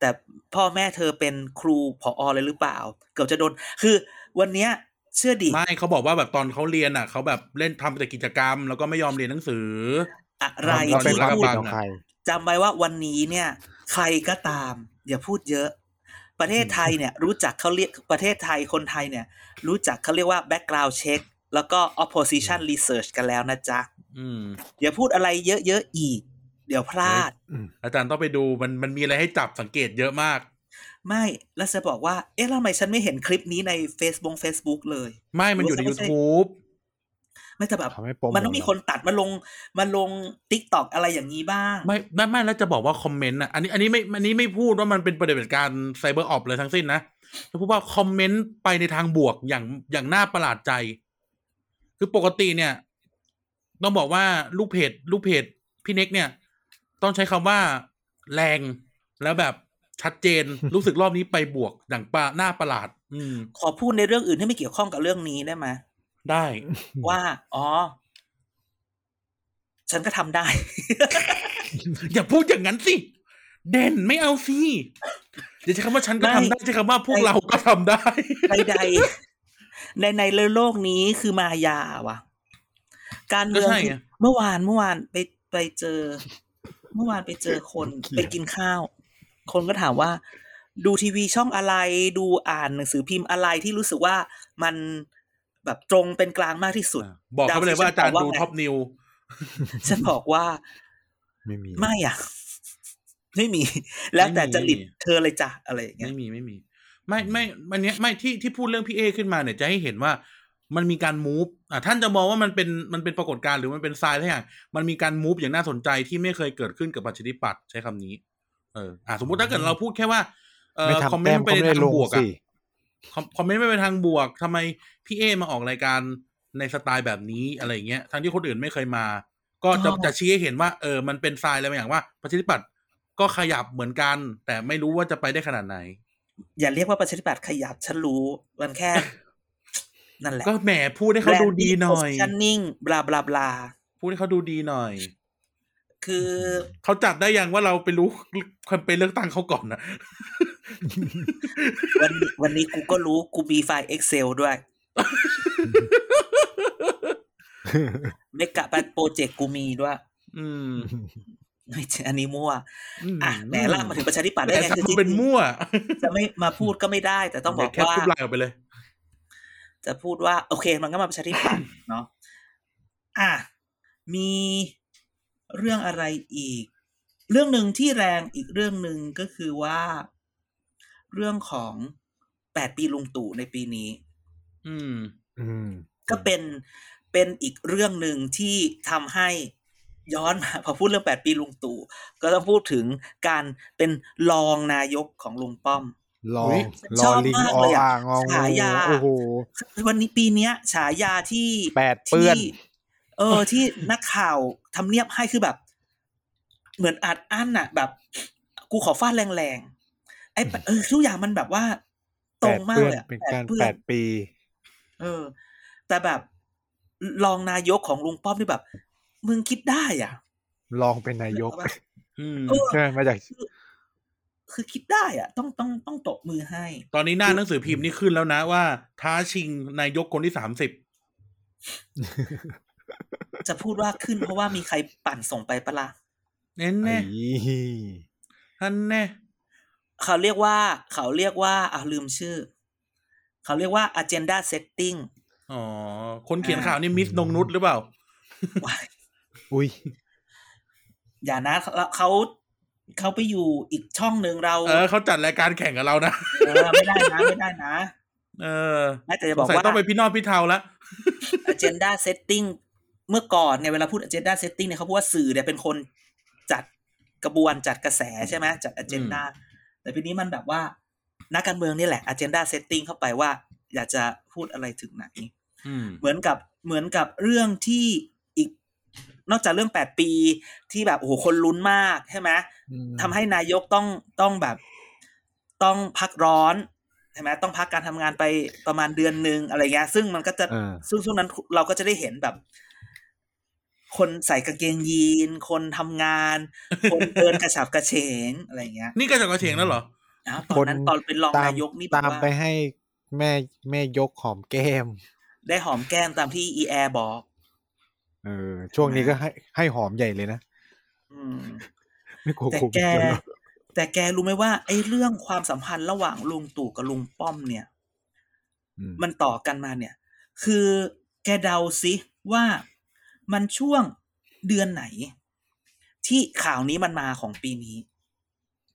S3: แต่พ่อแม่เธอเป็นครูผออเลยหรือเปล่า เกือบจะโดน คือวันเนี้ยเชื่อดิ
S1: ไม่เขาบอกว่าแบบตอนเขาเรียนอ่ะเขาแบบเล่นทำแต่กิจกรรม แล้วก็ไม่ยอมเรียนหนังสือ
S3: อะไร
S1: เา
S2: เรา
S1: ป็
S2: เป็น
S1: น
S3: ที่
S1: รัฐ
S3: พู
S1: บ
S3: ด
S1: ล
S2: ของใคร
S3: จำไว้ว่าวันนี้เนี่ย ใครก็ตาม อย่าพูดเยอะ ประเทศไทยเนี่ย รู้จักเขาเรียกประเทศไทยคนไทยเนี่ย รู้จักเขาเรียกว่า background check แล้วก็ opposition research กันแล้วนะจ๊ะ
S1: อืม
S3: อย่าพูดอะไรเยอะๆอีก เดี๋ยวพลาด
S1: อาจารย์ต้องไปดูมันมันมีอะไรให้จับสังเกตเยอะมาก
S3: ไม่แล้วจะบอกว่า เอ๊ะแล้วทำไมฉันไม่เห็นคลิปนี้ใน Facebook Facebook เลย
S1: ไม่มันอยู่ใน
S3: ไม่ใช่
S1: YouTube
S3: ไม่แต่แบบ
S2: เขาไม่โปรโมท
S3: มันต้องมีคนตัดมาลงมาลง t ิ k t o k อะไรอย่างนี้บ้าง
S1: ไม่ไม่ไม่แล้วจะบอกว่าคอมเมนต์นะอันนี้อันนี้ไม่อันนี้ไม่พูดว่ามันเป็นประเด็นการไซเบอร์ออฟเลยทั้งสิ้นนะจะพูดว่าคอมเมนต์ไปในทางบวกอย่างอย่างน่าประหลาดใจ คือปกติเนี่ย ต้องบอกว่าลูกเพจลูกเพจพี่เน็กเนี่ย ต้องใช้คำว่าแรงแล้วแบบชัดเจน รู้สึกรอบนี้ไปบวกอย่างปลาหน้าประหลาด อืม
S3: ขอพูดในเรื่องอื่นที่ไม่เกี่ยวข้องกับเรื่องนี้ได้ไหม
S1: ได้
S2: อืม
S3: ว่า อ๋อ ฉันก็ทำได้
S1: อย่าพูดอย่างนั้นสิ เด่นไม่เอาสิอย่าใช้คำว่าฉันก็ทำได้ใช้คำว่าพวกเราก็ทำได้
S3: ใดๆใน ในโลกนี้คือมายาว่ะ การเมือง
S1: ก็ใช่
S3: คือ
S1: ไง
S3: เมื่อวานเมื่อวานไปไปเจอ เมื่อวานไปเจอคน
S2: เกลียด
S3: ไปกินข้าว คนก็ถามว่า ดูทีวีช่องอะไร ดูอ่านหนังสือพิมพ์อะไรที่รู้สึกว่ามันแบบตรงเป็นกลางมากที่สุด
S1: บอกเขาไปเลยว่าอาจารย์ดูท็อปนิว
S3: ฉันบอกว่า
S2: ไม่มี
S3: ไม่อ่ะ ไม่มี แล้วแต่
S1: ไม่มี
S3: จริตเธอเลยจ้ะอะไรอย่างเงี้ย
S1: ไม่มีไม่มี ไม่ไม่มันเนี้ยไม่ที่ที่พูดเรื่องพี่เอขึ้นมาเนี่ยจะให้เห็นว่ามันมีการมูฟอ่ะท่านจะมองว่ามันเป็นมันเป็นปรากฏการณ์หรือมันเป็นทรายอะไรอย่างมันมีการมูฟอย่างน่าสนใจที่ไม่เคยเกิดขึ้นกับประชาธิปัตย์ใช้คำนี้ เอออ่ะสมมุติถ้าเกิดเราพูดแค่ว่าเออ
S2: ไม่
S1: คอม
S2: ทำ
S1: เม
S2: แต้
S1: น
S2: ม
S1: ต์ไป
S2: ก็
S1: ใน
S2: ไม่ได้
S1: ทาง
S2: ลง
S1: บวกอะ
S2: สิ
S1: คอมคอมเมนต์ไม่ไปทางบวกทำไมพี่เอมาออกรายการในสไตล์แบบนี้อะไรอย่างเงี้ยทั้งที่คนอื่นไม่เคยมา ก็จะ
S3: อ๋อ
S1: จะชี้ให้เห็นว่า เออ มันเป็นทรายอะไรบางอย่างว่าประชาธิปัตย์ก็ขยับเหมือนกัน แต่ไม่รู้ว่าจะไปได้ขนาดไหน
S3: อย่าเรียกว่าประชาธิปัตย์ขยับฉันรู้ มัน แค่ นั่นแหละ
S1: ก็แหมพูดให้เขาดูดีหน่อย
S3: positioning บลาบลาบลา
S1: พูดให้เขาดูดีหน่อย
S3: คือ
S1: เขาจับได้ยังว่าเราไปรู้แคมเปญเลือกตั้งเขาก่อนนะ
S3: วันนี้วันนี้กูก็รู้กูมีไฟล์ Excel ด้วยเมกะโปรเจกต์กูมีด้วย
S1: อืม
S3: ไม่ใช่อันนี้มั่ว อ่ะ
S1: ม
S3: แหมล่ากมาถึงประชาธิปัตย์ได้
S1: แต่
S3: ไงคือจ
S1: ทำ
S3: ริ
S1: เป็น
S3: ง
S1: มั่ว
S3: ๆจะไม่มาพูดก็ไม่ได้ แต่ต้องบอก
S1: เดี๋ยแคป
S3: ว่า
S1: รูปไลน์ออกไปเลย
S3: จะพูดว่า โอเค มันก็มาประชาธิปัตย์ เนาะอ่ะมีเรื่องอะไรอีก เรื่องหนึ่งที่แรงอีกเรื่องหนึ่งก็คือว่า เรื่องของแปดปีลุงตู่ในปีนี้
S1: อืม
S2: อืม
S3: ก็เป็นเป็นอีกเรื่องหนึ่งที่ทำให้ย้อนมา พอพูดเรื่องแปดปีลุงตู่ก็ต้องพูดถึงการเป็นรองนายกของลุงป้อม
S2: ลอ
S1: อุ๊
S2: ง
S1: ย
S2: ลอลิง
S3: ชอบมาก
S2: อ
S3: เลยอะ
S2: อ่างงองู
S3: ฉายา
S2: โอ้โห
S3: วันนี้ปีเนี้ย ฉายาที่
S2: แปดเปื้อน
S3: ที่เออ ที่นักข่าวทำเนียบให้คือแบบ เหมือนอัดอั้นอะแบบ กูขอฟาดแรงๆไอ้แปดเออทุกอย่างมันแบบว่า ตรงมากเลยอะ
S2: แปดเปื้อนเป็นการ
S3: ปื้อ
S2: แปดปี
S3: เออ แต่แบบรองนายกของลุงป้อมนี่แบบ มึงคิดได้อ่ะ
S2: ลองเป็นนายก
S1: อืม
S3: เออ
S2: ใช่ไหมมาจาก
S3: คือคิดได้อ่ะ ต้องต้องต้องตบมือให้
S1: ตอนนี้หน้าหนังสือพิมพ์นี่ขึ้นแล้วนะว่า ท้าชิงนายกคนที่สามสิบ
S3: จะพูดว่าขึ้นเพราะว่ามีใครปั่นส่งไปปะละ่ะ
S1: แน่แน่ท่านแน่
S3: เขาเรียกว่า เขาเรียกว่าอ่าลืมชื่อ เขาเรียกว่า agenda setting
S1: อ๋อ คนเขียนข่าวนี่มิสนงนุชหรือเปล่า
S3: ว้าย
S2: อุ้ย
S3: อย่านะเขาเขาเขาไปอยู่อีกช่องหนึ่งเรา
S1: เออเขาจัดรายการแข่งกับเรานะ
S3: เออไม่ได้นะไม่ได้นะ
S1: เออ
S3: แม้แต่จะ
S1: ส
S3: บอง ก
S1: สัย
S3: ว่า
S1: ต้องไปพี่นอกพี่เทาละ
S3: agenda setting เมื่อก่อนเนี่ยเวลาพูด agenda setting เนี่ยเขาพูดว่าสื่อเนี่ยเป็นคนจัดกระบวนจัดกระแสใช่ไหมจัด agenda แต่ทีนี้มันแบบว่า นักการเมืองนี่แหละ agenda setting เข้าไปว่า อยากจะพูดอะไรถึงไหน
S1: อืม
S3: เหมือนกับเหมือนกับเรื่องที่อีก นอกจากเรื่องแปดปีที่แบบโอ้โหคนลุ้นมากใช่ไหม ทำให้นายกต้องต้องแบบต้องพักร้อนใช่ไหมต้องพักการทำงานไปประมาณเดือนหนึ่งอะไรเงี้ยซึ่งมันก็จะ
S2: เออ
S3: ซึ่งช่วงนั้นเราก็จะได้เห็นแบบ คนใส่กางเกงยีน คนทำงาน คนเดินกระฉับกระเฉงอะไรเงี้ย
S1: นี่กระจกกระเฉงแล้วเหรอ
S3: อ้าวตอนนั้นตอนเป็นรอง
S2: ตม
S3: นายกนี่แบบ
S2: ตาม
S3: ว่า
S2: ไปให้แม่แม่ยกหอมแก้ม
S3: ได้หอมแก้มตามที่เอแอบอก
S2: เออ ช่วงนี้ก็ให้ให้หอมใหญ่เลยนะ
S3: อืม
S2: ไม่กลัว
S3: แต่
S2: โควิด
S3: แก
S2: ด้วยเหรอ
S3: แต่แกรู้ไหมว่าไอ้เรื่องความสัมพันธ์ระหว่างลุงตู่กับลุงป้อมเนี่ย
S2: อืม
S3: มันต่อกันมาเนี่ย คือแกเดาสิว่ามันช่วงเดือนไหน ที่ข่าวนี้มันมาของปีนี้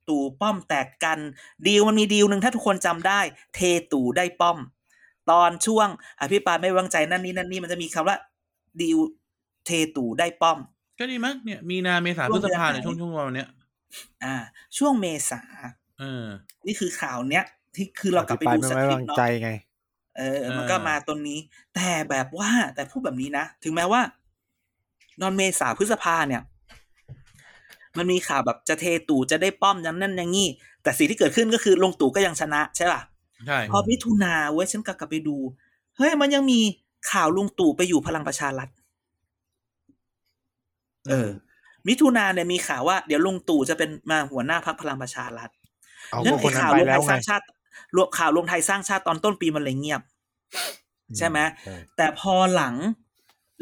S3: ตู่ป้อมแตกกันดีลมันมีดีลหนึ่งถ้าทุกคนจำได้ เทตู่ได้ป้อม ตอนช่วงอภิปรายไม่ไว้วางใจนั่นนี่นั่นนี่มันจะมีคำว่าดีลเทตู่ได้ป้อม
S1: ก็ดีมั้งเนี่ย มีนาเมษาพฤษภาเนี่ยช่วงช่วงวันเนี้ย
S3: อ่า ช่วงเมษา
S1: เออ
S3: นี่คือข่าวเนี้ย ที่คือเรากลับไป
S2: อ
S3: ดู
S2: ภิ
S3: ส
S2: ปราย
S3: ค
S2: ไม่ไว้
S3: ริป
S2: วาง
S3: ต์เนาะ
S2: ใจไง
S3: เออเออ มันก็
S1: เออ
S3: มาตรงนี้ แต่แบบว่าแต่พูดแบบนี้นะ ถึงแม้ว่า นอนเมษาพฤษภาเนี่ย มันมีข่าวแบบจะเทตู่จะได้ป้อมอย่างนั้นอย่างนี้ แต่สิ่งที่เกิดขึ้นก็คือลงตู่ก็ยังชนะใช่ป่ะ
S1: ใช่
S3: พอมิถุนาเว้ยฉันก็กลับไปดู เฮ้ย มันยังมีข่าวลุงตู่ไปอยู่พลังประชารัฐ เออ มิถุนาเนี่ยมีข่าวว่าเดี๋ยวลุงตู่จะเป็นมาหัวหน้าพักพลังประชารัฐ
S2: เอา
S3: เรื่
S2: ก็
S3: อง
S2: คน
S3: ไอ้
S2: นั้น
S3: ข่าว
S2: ไป
S3: รวมไท
S2: แล้ว
S3: ยส
S2: ไง
S3: ร้างชาติรวมข่าวรวมไทยสร้างชาติตอนต้นปีมันเลยเงียบ ใช่ไหม
S2: ใช่
S3: แต่พอหลัง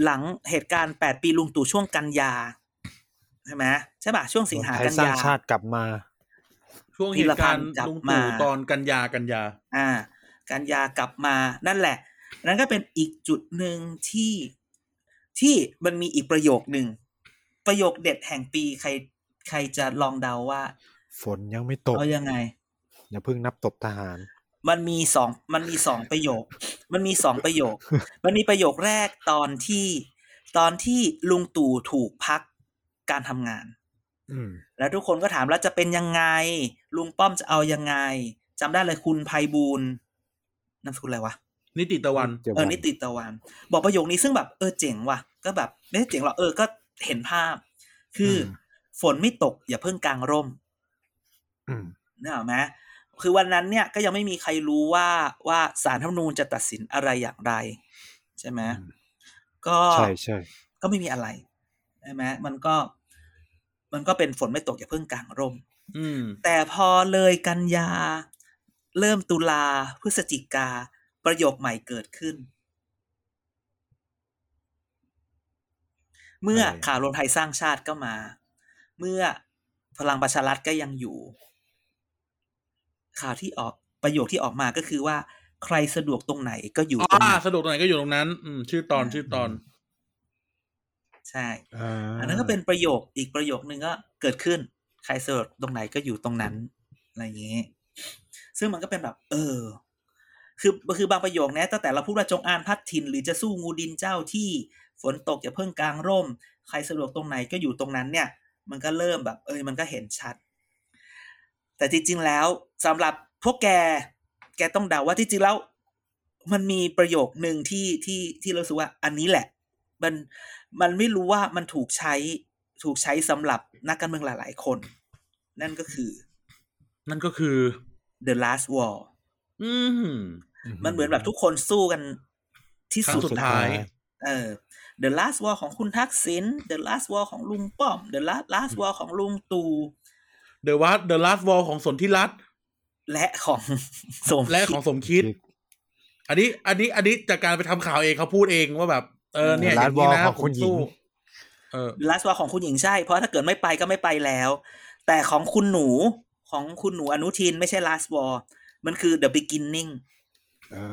S3: หลังเหตุการณ์แปดปีลุงตู่ช่วงกันยาใช่ไหมใช่ป่ะช่วงสิงหา
S2: ไทย
S3: กัน
S2: สร้าง
S3: ยา
S2: ชาติกลับมา
S1: ช่วงเหตุการณ์
S3: พีรพันธ์จับ
S1: ลุง
S3: มา
S1: ตู่ตอนกันยากันยา
S3: อ่า กันยากลับมานั่นแหละ นั่นก็เป็นอีกจุดหนึ่งที่ที่มันมีอีกประโยคหนึ่ง ประโยคเด็ดแห่งปีใครใครจะลองเดาว่า
S2: ฝนยังไม่ตก
S3: เอายังไง
S2: อย่าเพิ่งนับตบทหาร
S3: มันมีสองมันมีสองประโยค มันมีสองประโยค มันมีประโยคแรกตอนที่ตอนที่ลุงตู่ถูกพักการทำงาน
S2: อืม
S3: แล้วทุกคนก็ถามแล้วจะเป็นยังไง ลุงป้อมจะเอายังไงจำได้เลยคุณภัยบูลย์นามสกุลอะไรวะ
S1: นิติตะวัน
S2: จะ
S3: เออนิติตะวัน บอกประโยคนี้ซึ่งแบบเออเจ๋งว่ะ ก็แบบไม่ได้เจ๋งหรอกเออก็เห็นภาพ คืออ
S2: ม
S3: ฝนไม่ตก อย่าเพิ่งกางร่ม
S2: อืม
S3: นึกออกไหมคือวันนั้นเนี่ยก็ยังไม่มีใครรู้ว่าว่าสารรัฐธรรมนูญจะตัดสินอะไรอย่างไร ใช่ไหม
S2: อืม
S3: ก็
S2: ใช่ใช่
S3: ก็ไม่มีอะไรใช่ไหมมันก็ มันก็เป็นฝนไม่ตกอย่าเพิ่งกางร่ม
S1: อืม
S3: แต่พอเลยกันยา เริ่มตุลาพฤศจิกา ประโยคใหม่เกิดขึ้น เมื่อ
S2: เอ่ย
S3: ข่าวรวมไทยสร้างชาติก็มา เมื่อพลังประชารัฐก็ยังอยู่ ข่าวที่ออกประโยคที่ออกมาก็คือว่า ใครสะดวกตรงไหนก็อยู่ตรง
S1: อ่า
S3: นั้น
S1: สะดวกตรงไหนก็อยู่ตรงนั้น อืม ชื่อตอนชื่อตอน
S3: ใช่
S2: อ่า
S3: อันนั้นก็เป็นประโยคอีกประโยคนึงก็เกิดขึ้น ใครสะดวกตรงไหนก็อยู่ตรงนั้นอะไรอย่างนี้ ซึ่งมันก็เป็นแบบ เออ คือคือบางประโยคเนี้ยตั้งแต่เราพูดว่าจงอานพัดถิ่น หรือจะสู้งูดินเจ้าที่ฝนตกอย่าเพิ่งกลางร่ม ใครสะดวกตรงไหนก็อยู่ตรงนั้นเนี่ย มันก็เริ่มแบบ เออมันก็เห็นชัด แต่จริงๆแล้วสำหรับพวกแก แกต้องเดาว่าที่จริงแล้ว มันมีประโยคหนึ่งที่ที่ที่เรารู้สึกว่าอันนี้แหละ มันมันไม่รู้ว่ามันถูกใช้ถูกใช้สำหรับนักการเมืองหลาย ๆ คน นั่นก็คือ
S1: นั่นก็คือ
S3: the last war
S1: อืม
S3: มันเหมือนแบบทุกคนสู้กันที่
S1: ครั้
S3: สุ
S1: ง
S3: ด
S1: สุดท้าย
S3: เออ the last war ของคุณทักษิณ the last war ของลุงป้อม the last last war ของลุงตู่
S1: The w a t The Last Wall ของสนธิรัตน์
S3: และของ สม
S1: และของสมคิด อันนี้ อันนี้ อันนี้จากการไปทำข่าวเองเขาพูดเองว่าแบบ เออ เนี่ยอ
S2: ร้าน
S1: ย่างนี้
S2: วอล
S1: นะ
S2: ของคุณหญิง
S1: ผมสู้เออ
S3: ลาสวาของคุณหญิงใช่ เพราะถ้าเกิดไม่ไปก็ไม่ไปแล้ว แต่ของคุณหนูของคุณหนูอนุทินไม่ใช่ last war มันคือ the beginning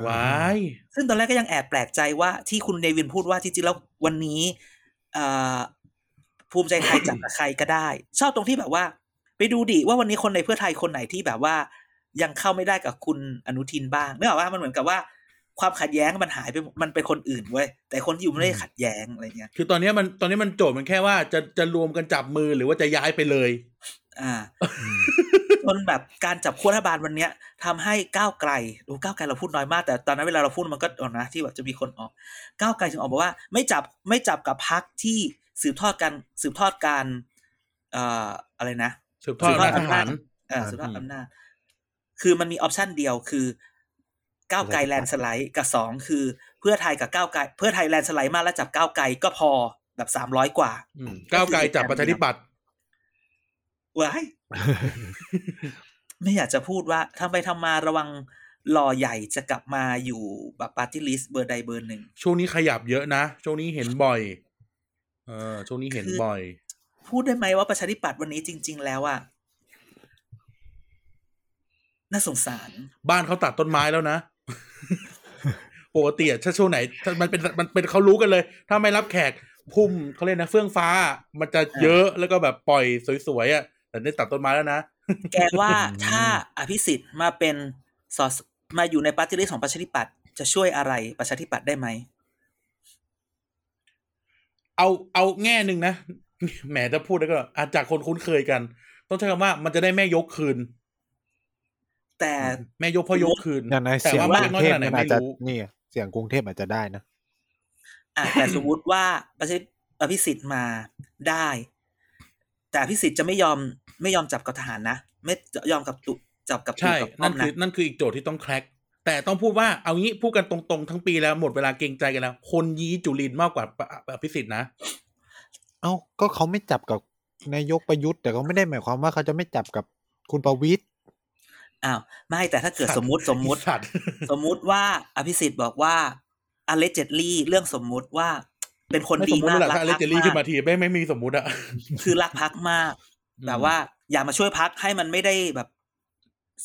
S1: วาย
S3: ซึ่งตอนแรกก็ยังแอบแปลกใจว่าที่คุณเนวินพูดว่าจริงๆแล้ววันนี้เอ่อภูมิใจไทย จับกับใครก็ได้ ชอบตรงที่แบบว่า ไปดูดิว่าวันนี้คนในเพื่อไทยคนไหนที่แบบว่า ยังเข้าไม่ได้กับคุณอนุทินบ้างเนื่องจากว่ามันเหมือนกับว่าความขัดแย้งมันหายไปมันเป็นคนอื่นเว้ยแต่คนที่อยู่ไม่ได้ขัดแย้งอะไรเงี้ย
S1: คือตอนเนี้ยมันตอนนี้มันโจทย์มันแค่ว่าจะจะรวมกันจับมือหรือว่าจะย้ายไปเลย
S3: อ่าจนแบบการจับขั้วรัฐบาลวันเนี้ยทำให้ก้าวไกลดูก้าวไกลเราพูดน้อยมาก แต่ตอนนั้นเวลาเราพูดมันก็ออกนะที่แบบจะมีคนออก ก้าวไกลถึงออกบอกว่า ไม่จับไม่จับกับพักที่สืบทอดการสืบทอดการ เอ่ออะไรนะ
S1: สืบทอดอำนาจทหาร
S3: เออ
S2: อ่า
S3: สืบทอด
S1: อืม
S3: อำนาจคือมันมีออปชันเดียวคือ ก้าวไกล
S2: ประ
S3: แล
S2: ชาธิปัตย์
S3: นสไลด์กับสองคือเพื่อไทยกับก้าวไกล เพื่อไทยแลนสไลด์มากแล้วจับก้าวไกลก็พอแบบสามร้อยกว่า
S1: อืมก้าวไกลจับประชาธิปัตย์
S3: ว้าย ไม่อยากจะพูดว่าทำไปทำมาระวังหล่อใหญ่จะกลับมาอยู่แบบปาร์ตี้ลิสต์เบอร์ใดเบอร์หนึ่ง
S1: ช่วงนี้ขยับเยอะนะ ช่วงนี้เห็นบ่อย เออ ช่วงนี้เห็นบ่อย
S3: พูดได้ไหมว่าประชาธิปัตย์วันนี้จริง ๆ แล้วอะน่าสงสาร
S1: บ้านเขาตัดต้นไม้แล้วนะ ปกติอะถ้าช่วงไหนถ้ามันเป็นมันเป็นเขารู้กันเลย ถ้าไม่รับแขกพุ่มเขาเรียกนะเฟื่องฟ้า มันจะเยอะแล้วก็แบบปล่อยสวยๆอ่ะแต่ได้ตัดต้นไม้แล้วนะ
S3: แก ว่าถ้าอภิสิทธิ์มาเป็นสสมาอยู่ในปาร์ตี้ลิสต์ของประชาธิปัตย์จะช่วยอะไรประชาธิปัตย์ได้ไหม
S1: เอาเอาแง่หนึ่งนะ แหมจะพูดแล้วก็อาจจากคนคุ้นเคยกัน ต้องใช้คำว่ามันจะได้แม่ยกคืน
S3: แต่
S1: แม่ยกพ่อยกคืน
S2: อย่าง ใน
S1: แต่
S2: เสียง
S1: ว่าก มาก
S2: รุง
S1: น้อย
S2: เท
S1: ข
S2: พ
S1: นาดไหน
S2: มันอา
S1: ไม่
S2: จจะ
S1: รู้
S2: เนี่ย เสียงกรุงเทพอาจจะได้นะ
S3: อ่ะ แต่สมมติว่าประชาอภิสิทธิ์มาได้ แต่อภิสิทธิ์จะไม่ยอมไม่ยอมจับกับทหารนะ ไม่ยอมกับตุจับกับตุ
S1: ใช่
S3: กับป้อ
S1: นั่
S3: ม
S1: น
S3: นะ
S1: คือ นั่นคืออีกโจทย์ที่ต้องแคร็กแต่ต้องพูดว่าเอางี้พูดกันตรงๆ ทั้งปีแล้วหมดเวลาเกรงใจกันแล้ว คนยี้จุลินมากกว่าอภิสิทธิ์นะ
S2: เอ้าก็เขาไม่จับกับนายกประยุทธ์แต่ก็ไม่ได้หมายความว่าเขาจะไม่จับกับคุณประวิตย์
S3: อ้าวไม่แต่ถ้าเกิด
S1: สัตว์
S3: สมมติสมมติ
S1: สัตว์
S3: สมมุติว่าอภิสิทธิ์บอกว่าอเลเจตลี่เรื่องสมมุติว่าเป็นคน
S1: ไม่ส
S3: ดี
S1: มมติ
S3: มาก
S1: หลัก
S3: รัก
S1: ถ้าเล
S3: พัก
S1: เจอรี่ขึ้
S3: มาม
S1: นาก ทีไม่ไม่มีสมมุติอะ
S3: คือรักพักมาก แบบว่าอย่ามาช่วยพักให้มันไม่ได้แบบ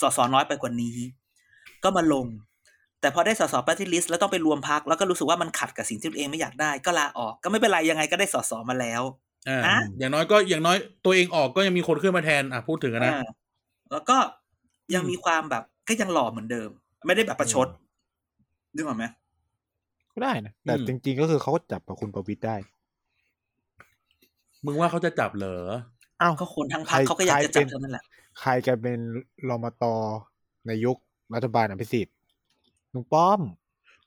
S3: สอสอน้อยไปกว่านี้ ก็มาลง แต่พอได้สอสอปฏิลิสแล้วต้องไปรวมพักแล้วก็รู้สึกว่ามันขัดกับสิ่งที่ตัวเองไม่อยากได้ ก็ลาออกก็ไม่เป็นไรยังไงก็ได้สอสอมาแล้ว
S1: อ่า
S3: อ่ะ
S1: อย่างน้อยก็อย่างน้อยตัวเองออกก็ยังมีคนขึ้นมาแทนอ่ะพูดถึงอะนะ
S3: อ่าแล้วก็ยังมีความแบบก็ยังหล่อเหมือนเดิม ไม่ได้แบบประชดนึกออกไหม
S2: ก็ได้นะแต่
S1: อืม
S2: จริง ๆ ก็คือเขาก็จับกับคุณประวิตย์ได้
S1: มึงว่าเขาจะจับเหรอ
S2: เอ้า
S3: ก็คนทั้งพัก
S2: ใคร
S3: เขาก็อยากจะจับ
S2: ใครเป็น
S3: เท่านั้นแหละ
S2: ใครจะเป็นรมตในยุครัฐบาลอภิสิทธิ์ลุงป้อม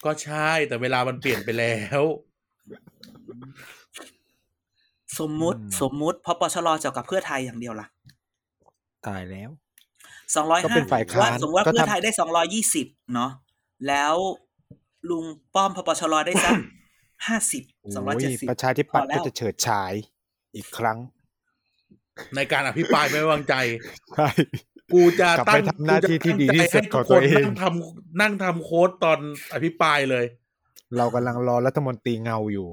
S1: ก็ใช่แต่เวลามันเปลี่ยนไปแล้ว
S3: สมมุติ
S2: อืม
S3: สมมุติพอปชรจับกับเพื่อไทยอย่างเดียวล่ะ
S2: ตายแล้ว
S3: สองร้อย
S2: ก็
S3: ห้า
S2: เป็นฝ่ายค้าน
S3: ว่าสมมติว่า
S2: ก็ทำ
S3: เพื่อไทยได้สองร้อยี่สิบเนาะแล้วลุงป้อมพปชรได้สัก ห้าสิบสองร้อย
S2: โอ้
S3: เจ็ด
S2: ย
S3: สิบ
S2: ประชาธิปัต
S3: พ
S2: ย์
S3: อแล้ว
S2: ก็จะเฉิดฉายอีกครั้ง
S1: ในการอภิปรายไม่ไว้วางใจ
S2: ใช่
S1: กูจะ
S2: กลับ
S1: ตั้
S2: ไป
S1: ง
S2: ทำหน้าที่ที่ดีที่สุดของตัวเอง
S1: นั่งทำนั่งทำโค้ดตอนอภิปรายเลย
S2: เรากำลังรอรัฐมนตรีเงาอยู่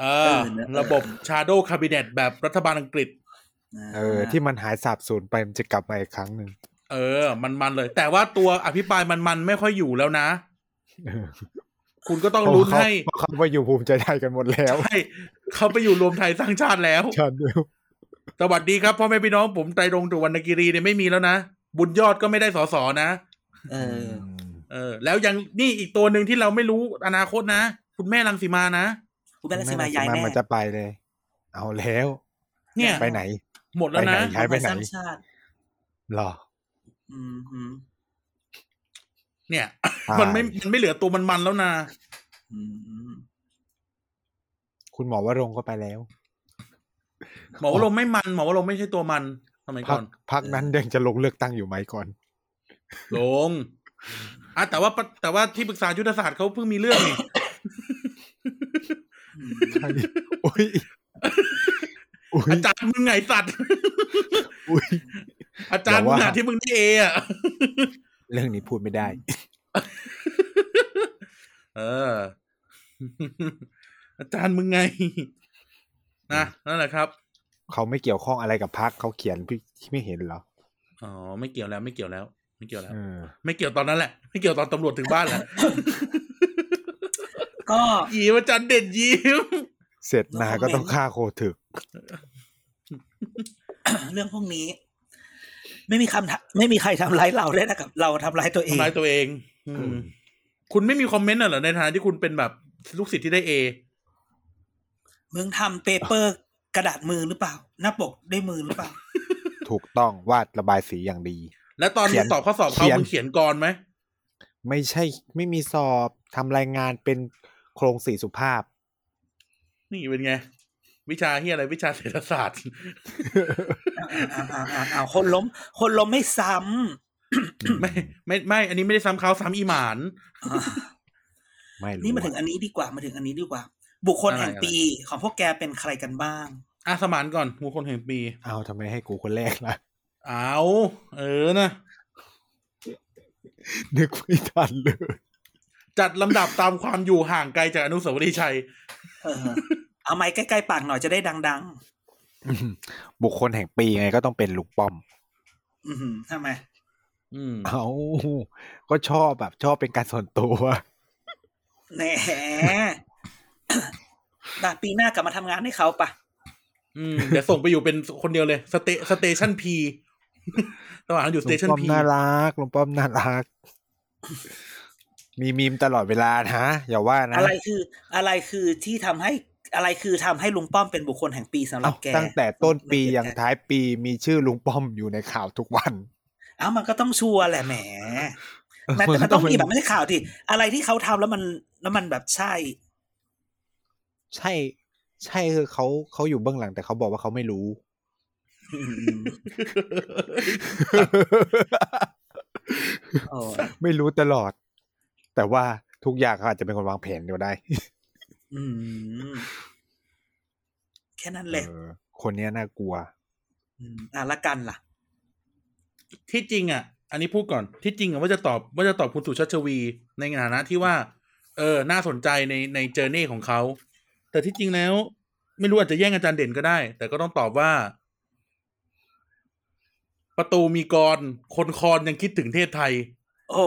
S1: เอ
S3: เอ
S1: อ
S3: อเนี่ย
S1: ระบบ Shadow Cabinet แบบรัฐบาลอังกฤษ
S2: เออ ที่มันหายสาบสูญไปมันจะกลับมาอีกครั้งหนึ่ง
S1: เออ มันมันๆเลย แต่ว่าตัวอภิปรายมันมันๆไม่ค่อยอยู่แล้วนะ คุณก็ต้องลุ้นให้
S2: เพราะเขาไปอยู่ภูมิใจไทยกันหมดแล้ว
S1: ใช่เขาไปอยู่รวมไทยสร้างชาติแล้ว
S2: ฉันดู
S1: สวัสดีครับพ่อแม่พี่น้องผมไตรรงจุวรรณกิรีเนี่ยไม่มีแล้วนะ บุญยอดก็ไม่ได้สอสอนะ
S3: เออ
S1: เออ แล้วยังนี่อีกตัวหนึ่งที่เราไม่รู้อนาคตนะ คุณแม่รังสีมานะ
S3: คุณแม่รังสีมายาย
S2: แม่
S3: แน่
S2: มันจะไปเลย เอาแล้ว
S1: เนี่ย
S2: ไปไหน
S1: หมดแล้วนะ
S2: ไปไหน ย้ายไหน
S3: สร้างชาติ
S2: หรอ
S3: อืมอืม
S1: เนี่ย
S2: ตาย
S1: มันไม่มันไม่เหลือตัวมันมันๆแล้วนะ
S3: อืมอืม
S2: คุณหมอวรงค์ก็ไปแล้ว
S1: หมอวรงค์ไม่มัน หมอวรงค์ไม่ใช่ตัวมันสมัย
S2: พั
S1: ก่
S2: ก
S1: อน
S2: พักนั้นยังจะลงเลือกตั้งอยู่ไหม ก่อน
S1: ลงอ่ะแต่ว่าปะแต่ว่าที่ปรึกษายุทธศาสตร์เขาเพิ่งมีเรื่องนี่
S3: อืม
S2: ใช่โอ้ยโอ้
S1: อาย จารย์มึงไงสัตว์
S2: อุ้ย
S1: อาจารย์
S2: อย่า
S1: มึ
S2: ว่า
S1: งหาที่มึงได้เออ่ะ
S2: เรื่องนี้พูดไม่ได้
S1: เอ อ อาจารย์มึงไง นะนั่นแหละครับ
S2: เขาไม่เกี่ยวข้องอะไรกับพักเขาเขียนพี่ไม่เห็นเหรอ
S1: อ๋อไม่เกี่ยวแล้วไม่เกี่ยวแล้ว ไม่เกี่ยวแล้ว
S2: เออ
S1: ไม่เกี่ยวตอนนั้นแหละ ไม่เกี่ยวตอนตำรวจถึงบ้านแหละ
S3: ก็
S1: ยิ้มอาจารย์เด่นยิ้ม
S2: เสร็จนาก็ต้องฆ่าโคถึก
S3: เรื่องพวกนี้ ไม่มีคำถามไม่มีใครทำร้ายเราได้นะกับ เราทำร้ายตัวเอง
S1: ทำร้ายตัวเอง อืม คุณไม่มีคอมเมนต์น่ะเหรอในฐานะที่คุณเป็นแบบลูกศิษย์ที่ได้เอ
S3: มึงทำเปเปอร์กระดาษมือหรือเปล่า หน้าปกด้วยมือหรือเปล่า
S2: ถูกต้องวาดระบายสีอย่างดี
S1: แล้วตอน
S2: เขี
S1: มึ
S2: ย
S1: ง
S2: น
S1: สอบข้อสอบเขา
S2: เขียน
S1: มึงเขียนกรไหม
S2: ไม่ใช่ไม่มีสอบทำรายงานเป็นโครงสีสุภาพ
S1: นี่เป็นไง วิชาเฮียอะไรวิชาเศรษฐศาสตร์
S3: อ่าอ่าอ่าอ่าคนล้ม คนล้มไม่ซ้
S1: ไม่ไม่ไม่ อันนี้ไม่ได้ซ้ำเขาซ้ำอีหมาน
S3: ำอ่า
S2: ไม่รู้
S3: นี่มาถึงอันนี้ดีกว่ามาถึงอันนี้ดีกว่า บุคคล
S1: อะไร
S3: แห่งปีของพวกแกเป็นใครกันบ้าง
S1: อ่ะสมานก่อนมูคนแห่งปี
S2: เอาทำไมให้กูคนแรกล่ะ
S1: เอาเออนะ
S2: นึกไม่ทันเลย
S1: จัดลำดับตามความอยู่ห่างไกลจากอนุสาวรีย์ชัย
S3: เออ เอาไม้ใกล้ๆปากหน่อยจะได้ดัง
S2: บุคคลแห่งปีไงก็ต้องเป็นลุงป้อม
S3: ๆ อือหือทำไม
S1: อืม
S2: เอาก็ชอบแบบชอบเป็นการส่วนตัว
S3: แห น ดาปีหน้ากลับมาทำงานให้เขาปะ
S1: อืมเดี๋ยวส่งไปอยู่เป็นคนเดียวเลย สเตสเตชัน พีสมานอยู่ส
S2: ลุ
S1: เต
S2: ง
S1: ชัน
S2: ป้อม
S1: พี
S2: น่ารักลุงป้อมน่ารัก มีมีมตลอดเวลานะ อย่าว่านะ
S3: อะไรคือ อะไรคือที่ทำให้อะไรคือทำให้ลุงป้อมเป็นบุคคลแห่งปีสำหรั
S2: เอ้า
S3: บแก
S2: ตั้งแต่ต้นปียังท้ายปีมีชื่อลุงป้อมอยู่ในข่าวทุกวัน
S3: เอ้ามันก็ต้องชัวร์ แหละแหม มันแต่มันต้องมีแบบไม่ใช่ข่าวที่อะไรที่เขาทำแล้วมันแล้วมันแบบใช่
S2: ใช่ ใช่คือเขาเขาอยู่เบื้องหลังแต่เขาบอกว่าเขาไม่รู้
S3: โอ้
S2: ไม่รู้ตลอด แต่ว่าทุกอย่างเขาอาจจะเป็นคนวางแผนก็ได้
S3: อืมแค่นั้นแหละ
S2: เออคนเนี้ยน่ากลัว
S3: มอ่ะละกันล่ะ
S1: ที่จริงอ่ะ อันนี้พูดก่อนที่จริงอ่ะว่าจะตอบว่าจะตอบคุณสุชาติชวี ในฐานะที่ว่า เออ น่าสนใจในในเจอร์นี่ของเขา แต่ที่จริงแล้ว ไม่รู้อาจจะแย่งอาจารย์เด่นก็ได้ แต่ก็ต้องตอบว่า ประตูมีกร คนคอนยังคิดถึงเทศไทย
S3: โอ้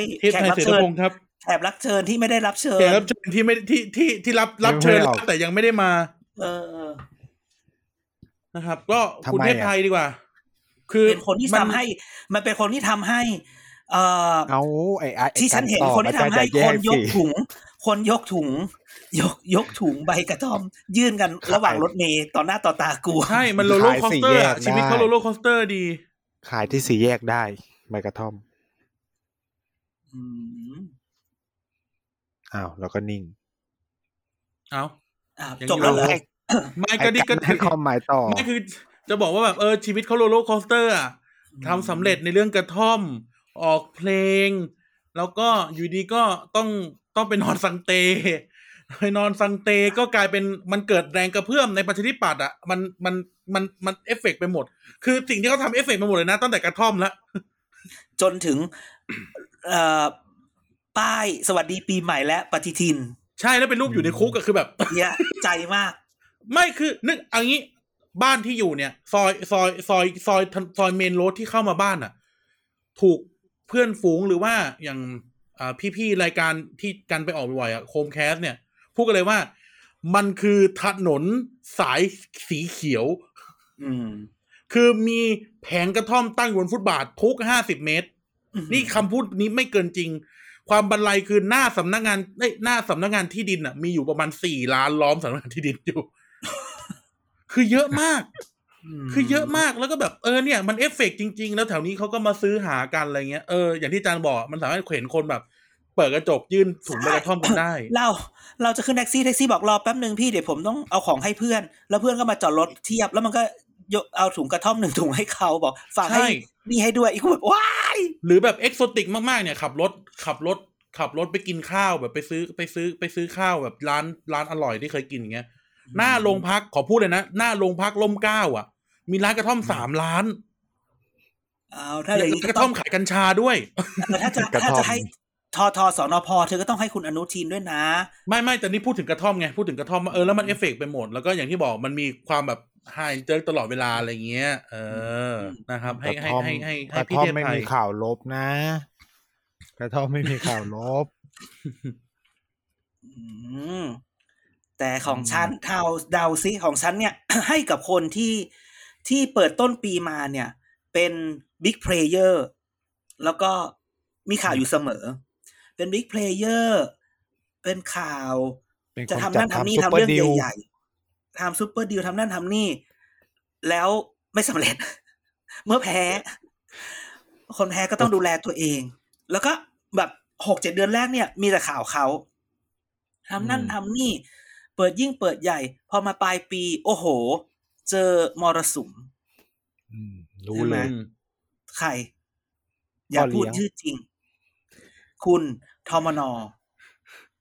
S3: ย
S1: เทศ
S3: แข
S1: ไทย
S3: กรับ
S1: เสรี
S3: เชิญ
S1: พงศ์ครับ
S3: แขกรับเชิญที่ไม่ได้รับเชิญ
S1: แขกรับเชิญที่ไม่ที่ที่ที่รับรับเชิญ
S2: ไม่ได้อ
S1: แล้
S2: อก
S1: วแต่ยังไม่ได้มา
S3: เออ
S1: นะครับ ก็
S2: ทำไม
S1: คุณเทพ
S2: อ่ะ
S1: ไทยดีกว่า คือ
S3: เป็นคนที่
S1: มั
S3: ทำให้ มันเป็นคนที่ทำให้ เอ่อ
S2: เอาไอ้ไอ้ไอ้
S3: ที่ฉันเห็น
S2: การตอบ
S3: คนที่ทำให้
S2: อาจารย์จะแย่
S3: คนยก
S2: สิ
S3: ถุง คนยกถุง ยกยกถุงใบกระท่อม ยื่นกันระหว่างรถเมย์ต่อหน้าต่อตากู
S1: ใช่มันโรลโล
S2: ขาย
S1: คอส
S2: สี่
S1: เตอร์
S2: แย
S1: อะ
S2: ก
S1: ชีวิตเขา
S2: ได้
S1: โรลโลคอสเตอร์ดี
S2: ขายที่สี่แยกได้ใบกระท่อม
S3: อืม
S2: อ้าวแล้วก็นิ่ง
S1: เอา
S3: อ่ะ
S1: ยัง
S3: จบแล้วเหรอ
S1: อยู่ ไม่ก็ดิก็
S2: ไอ้ารให้ความหมายต่อ
S1: ไม่คือ จะบอกว่าแบบเออชีวิตเขาโรลโลคอสเตอร์อะทำสำเร็จในเรื่องกระท่อม ออกเพลง แล้วก็อยู่ดีก็ต้องต้องไปนอนสังเต ไป นอนซันเตก็กลายเป็นมันเกิดแรงกระเพื่อมในประชาธิปัตย์อ่ะมันมันมันมันเอฟเฟกต์ไปหมด คือสิ่งที่เขาทำเอฟเฟกต์ไปหมดเลยนะ ตั้งแต่กระท่อมละ
S3: จนถึง เอ่อป้ายสวัสดีปีใหม่และปฏิทิน
S1: ใช่แล้วเป็นรูปอยู่ในคุกก็คือแบบ
S3: เนี่ยใจมาก
S1: ไม่คือนึกเอันนี้บ้านที่อยู่เนี่ย ซอยซอยซอยซอยซอยเมนโรดที่เข้ามาบ้านอ่ะ ถูกเพื่อนฝูงหรือว่าอย่างอ่าพี่ๆรายการที่กันไปออกบ่อยๆอ่ะโคมแคสเนี่ย พูดกันเลยว่า มันคือถนนสายสีเขียว
S3: อืม
S1: คือมีแผงกระท่อมตั้งอยู่บนฟุตบาททุกห้าสิบเมตร นี่คำพูดนี้ไม่เกินจริง ความบรรลัยคือหน้าสำนักงานเอ้ยหน้าสำนักงานที่ดินอ่ะ มีอยู่ประมาณสี่ล้านล้อมสำนักงานที่ดินอยู่ คือเยอะมาก
S3: ม
S1: คือเยอะมากแล้วก็แบบเออเนี่ยมันเอฟเฟกต์จริง ๆ แล้วแถวนี้เขาก็มาซื้อหากันอะไรเงี้ยเอออย่างที่จานบอกมันสามารถเห็นคนแบบ เปิดกระจกยื่นถุงใบกระท่อมกันได้
S3: เราเราจะขึ้นแท็กซี่แท็กซี่บอกรอแป๊บหนึ่งพี่เดี๋ยวผมต้องเอาของให้เพื่อน แล้วเพื่อนก็มาจอดรถเทียบแล้วมันก็ยกเอาถุงกระท่อมหนึ่งถุงให้เขาบอกฝากให้
S1: ใช่
S3: นี่ให้ด้วยอีกคนแบบว้าย
S1: หรือแบบเอกโซติกมากๆเนี่ยขับรถขับรถขับรถไปกินข้าวแบบไปซื้อไปซื้อไปซื้อข้าวแบบร้านร้านอร่อยที่เคยกินอย่างเงี้ย หน้าโรงพักขอพูดเลยนะ หน้าโรงพักล่มเกล้าอ่ะ มีร้านกระท่อมสามร้าน
S3: เอาถ้าอย่างนี้
S1: ก
S3: ก็
S1: ระ
S3: ต้
S1: ท่
S3: อ
S1: อง มขายกัญชาด้วย
S3: ถ้าจะ
S2: กระท่อม
S3: ถ้าจะให้ทอทอสอนอพอเธอก็ต้องให้คุณอนุทินด้วยนะ
S1: ไม่ไม่แต่นี่พูดถึงกระท่อมไงพูดถึงกระท่อมว่าเออแล้วมันเอฟเฟกต์ไปหมด แล้วก็อย่างที่บอกมันมีความแบบไฮเจอตลอดเวลาอะไรเงี้ย เออ
S3: อืม
S1: นะครับ ให้
S2: กระ
S1: ให้
S2: ท่อม
S1: ให้ให้
S2: ก
S1: ให้
S2: ระ
S1: พี่
S2: ท่อม
S1: เทพ
S2: ไม่
S1: ไท
S2: มี
S1: ย
S2: ข่าวลบนะ กระท่อมไม่มีข่าวลบ
S3: อืมแต่ของฉันเทาเดาซิของฉันเนี่ย ให้กับคนที่ที่เปิดต้นปีมาเนี่ย เป็นบิ๊กเพลเยอร์แล้วก็มีข่าวอยู่เสมอ เป็นบิ๊กเพลเยอร์เป็นข่าว
S2: เป็นค
S3: จะ
S2: น
S3: ทำ
S2: จั
S3: นั่
S2: ด
S3: นทำนี่
S2: ทำซุป
S3: ทำ
S2: เปอ
S3: เรื่อง
S2: ร์ดิว
S3: ใหญ่ๆทำซูเปอร์ดิวทำนั่นทำนี่ แล้วไม่สำเร็จ เมื่อแพ้ คนแพ้ก็ต้องดูแลตัวเอง แล้วก็แบบหกเจ็ดเดือนแรกเนี่ย มีแต่ข่าวเขาทำนั่นทำนี่ เปิดยิ่งเปิดใหญ่ พอมาปลายปี โอ้โห เจอมรสุม
S2: อืมรู้
S3: ใช่ไหม
S2: เลย
S1: อืม
S3: ใคร อย่าพูด
S2: พ่อเลี้ยง
S3: ชื่อจริง คุณทอมนอ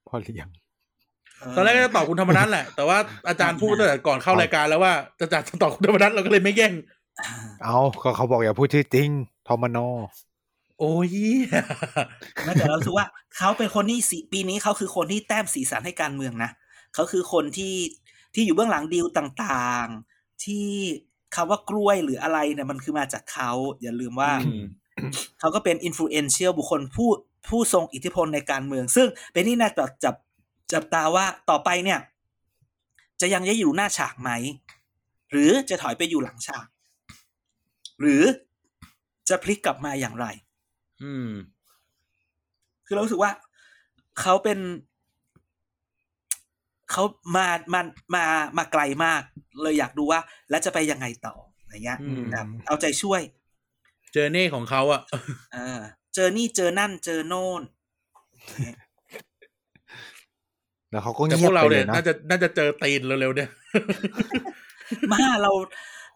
S2: พ่อเลี้ยง
S3: เ
S1: ตอนแรกก็จะตอบคุณธรรมนัทแหละ แต่ว่าอาจารย์พูดตั้งแต่ก่อนเข้ารายการแล้วว่าจะจัดจะตอบคุณธรรมนัทเราก็เลยไม่แย่ง
S2: เอาก็เขาบอกอย่าพูดชื่อจริง ทอมานอ
S1: โอ้ย
S3: ไม่แต่เรารู้สึกว่าเขาเป็นคนที่สีปีนี้เขาคือคนที่แต้มสีสันให้การเมืองนะเขาคือคนที่ที่อยู่เบื้องหลังดีลต่างๆ ที่คำว่ากล้วยหรืออะไรเนี่ยมันคือมาจากเขาอย่าลืมว่า
S1: อืม
S3: เขาก็เป็นอินฟลูเอนเชียลบุคคลผู้ผู้ทรงอิทธิพลในการเมือง ซึ่งเป็นที่น่าจับจับจับตาว่าต่อไปเนี่ย จะยังได้อยู่หน้าฉากไหม หรือจะถอยไปอยู่หลังฉาก หรือจะพลิกกลับมาอย่างไร
S1: อืม
S3: คือเรารู้สึกว่าเขาเป็นเขามามามามาไกลมาก เลยอยากดูว่า แล้วจะไปยังไงต่ออะไรเงี้ย
S1: อืม
S3: ครับเอาใจช่วย
S1: เจอเน่ของเขาอ่ะ
S3: เออเจอนี่เจอนั่นเจอโน่น
S2: แล้วเขาก็
S1: แต่พ
S2: เงียว บ
S1: กเรา
S2: ไปเล
S1: เนี่ย ย
S2: นะ
S1: น่าจะน่าจะเจอตีนเร็วๆเนี่ย
S3: มาเรา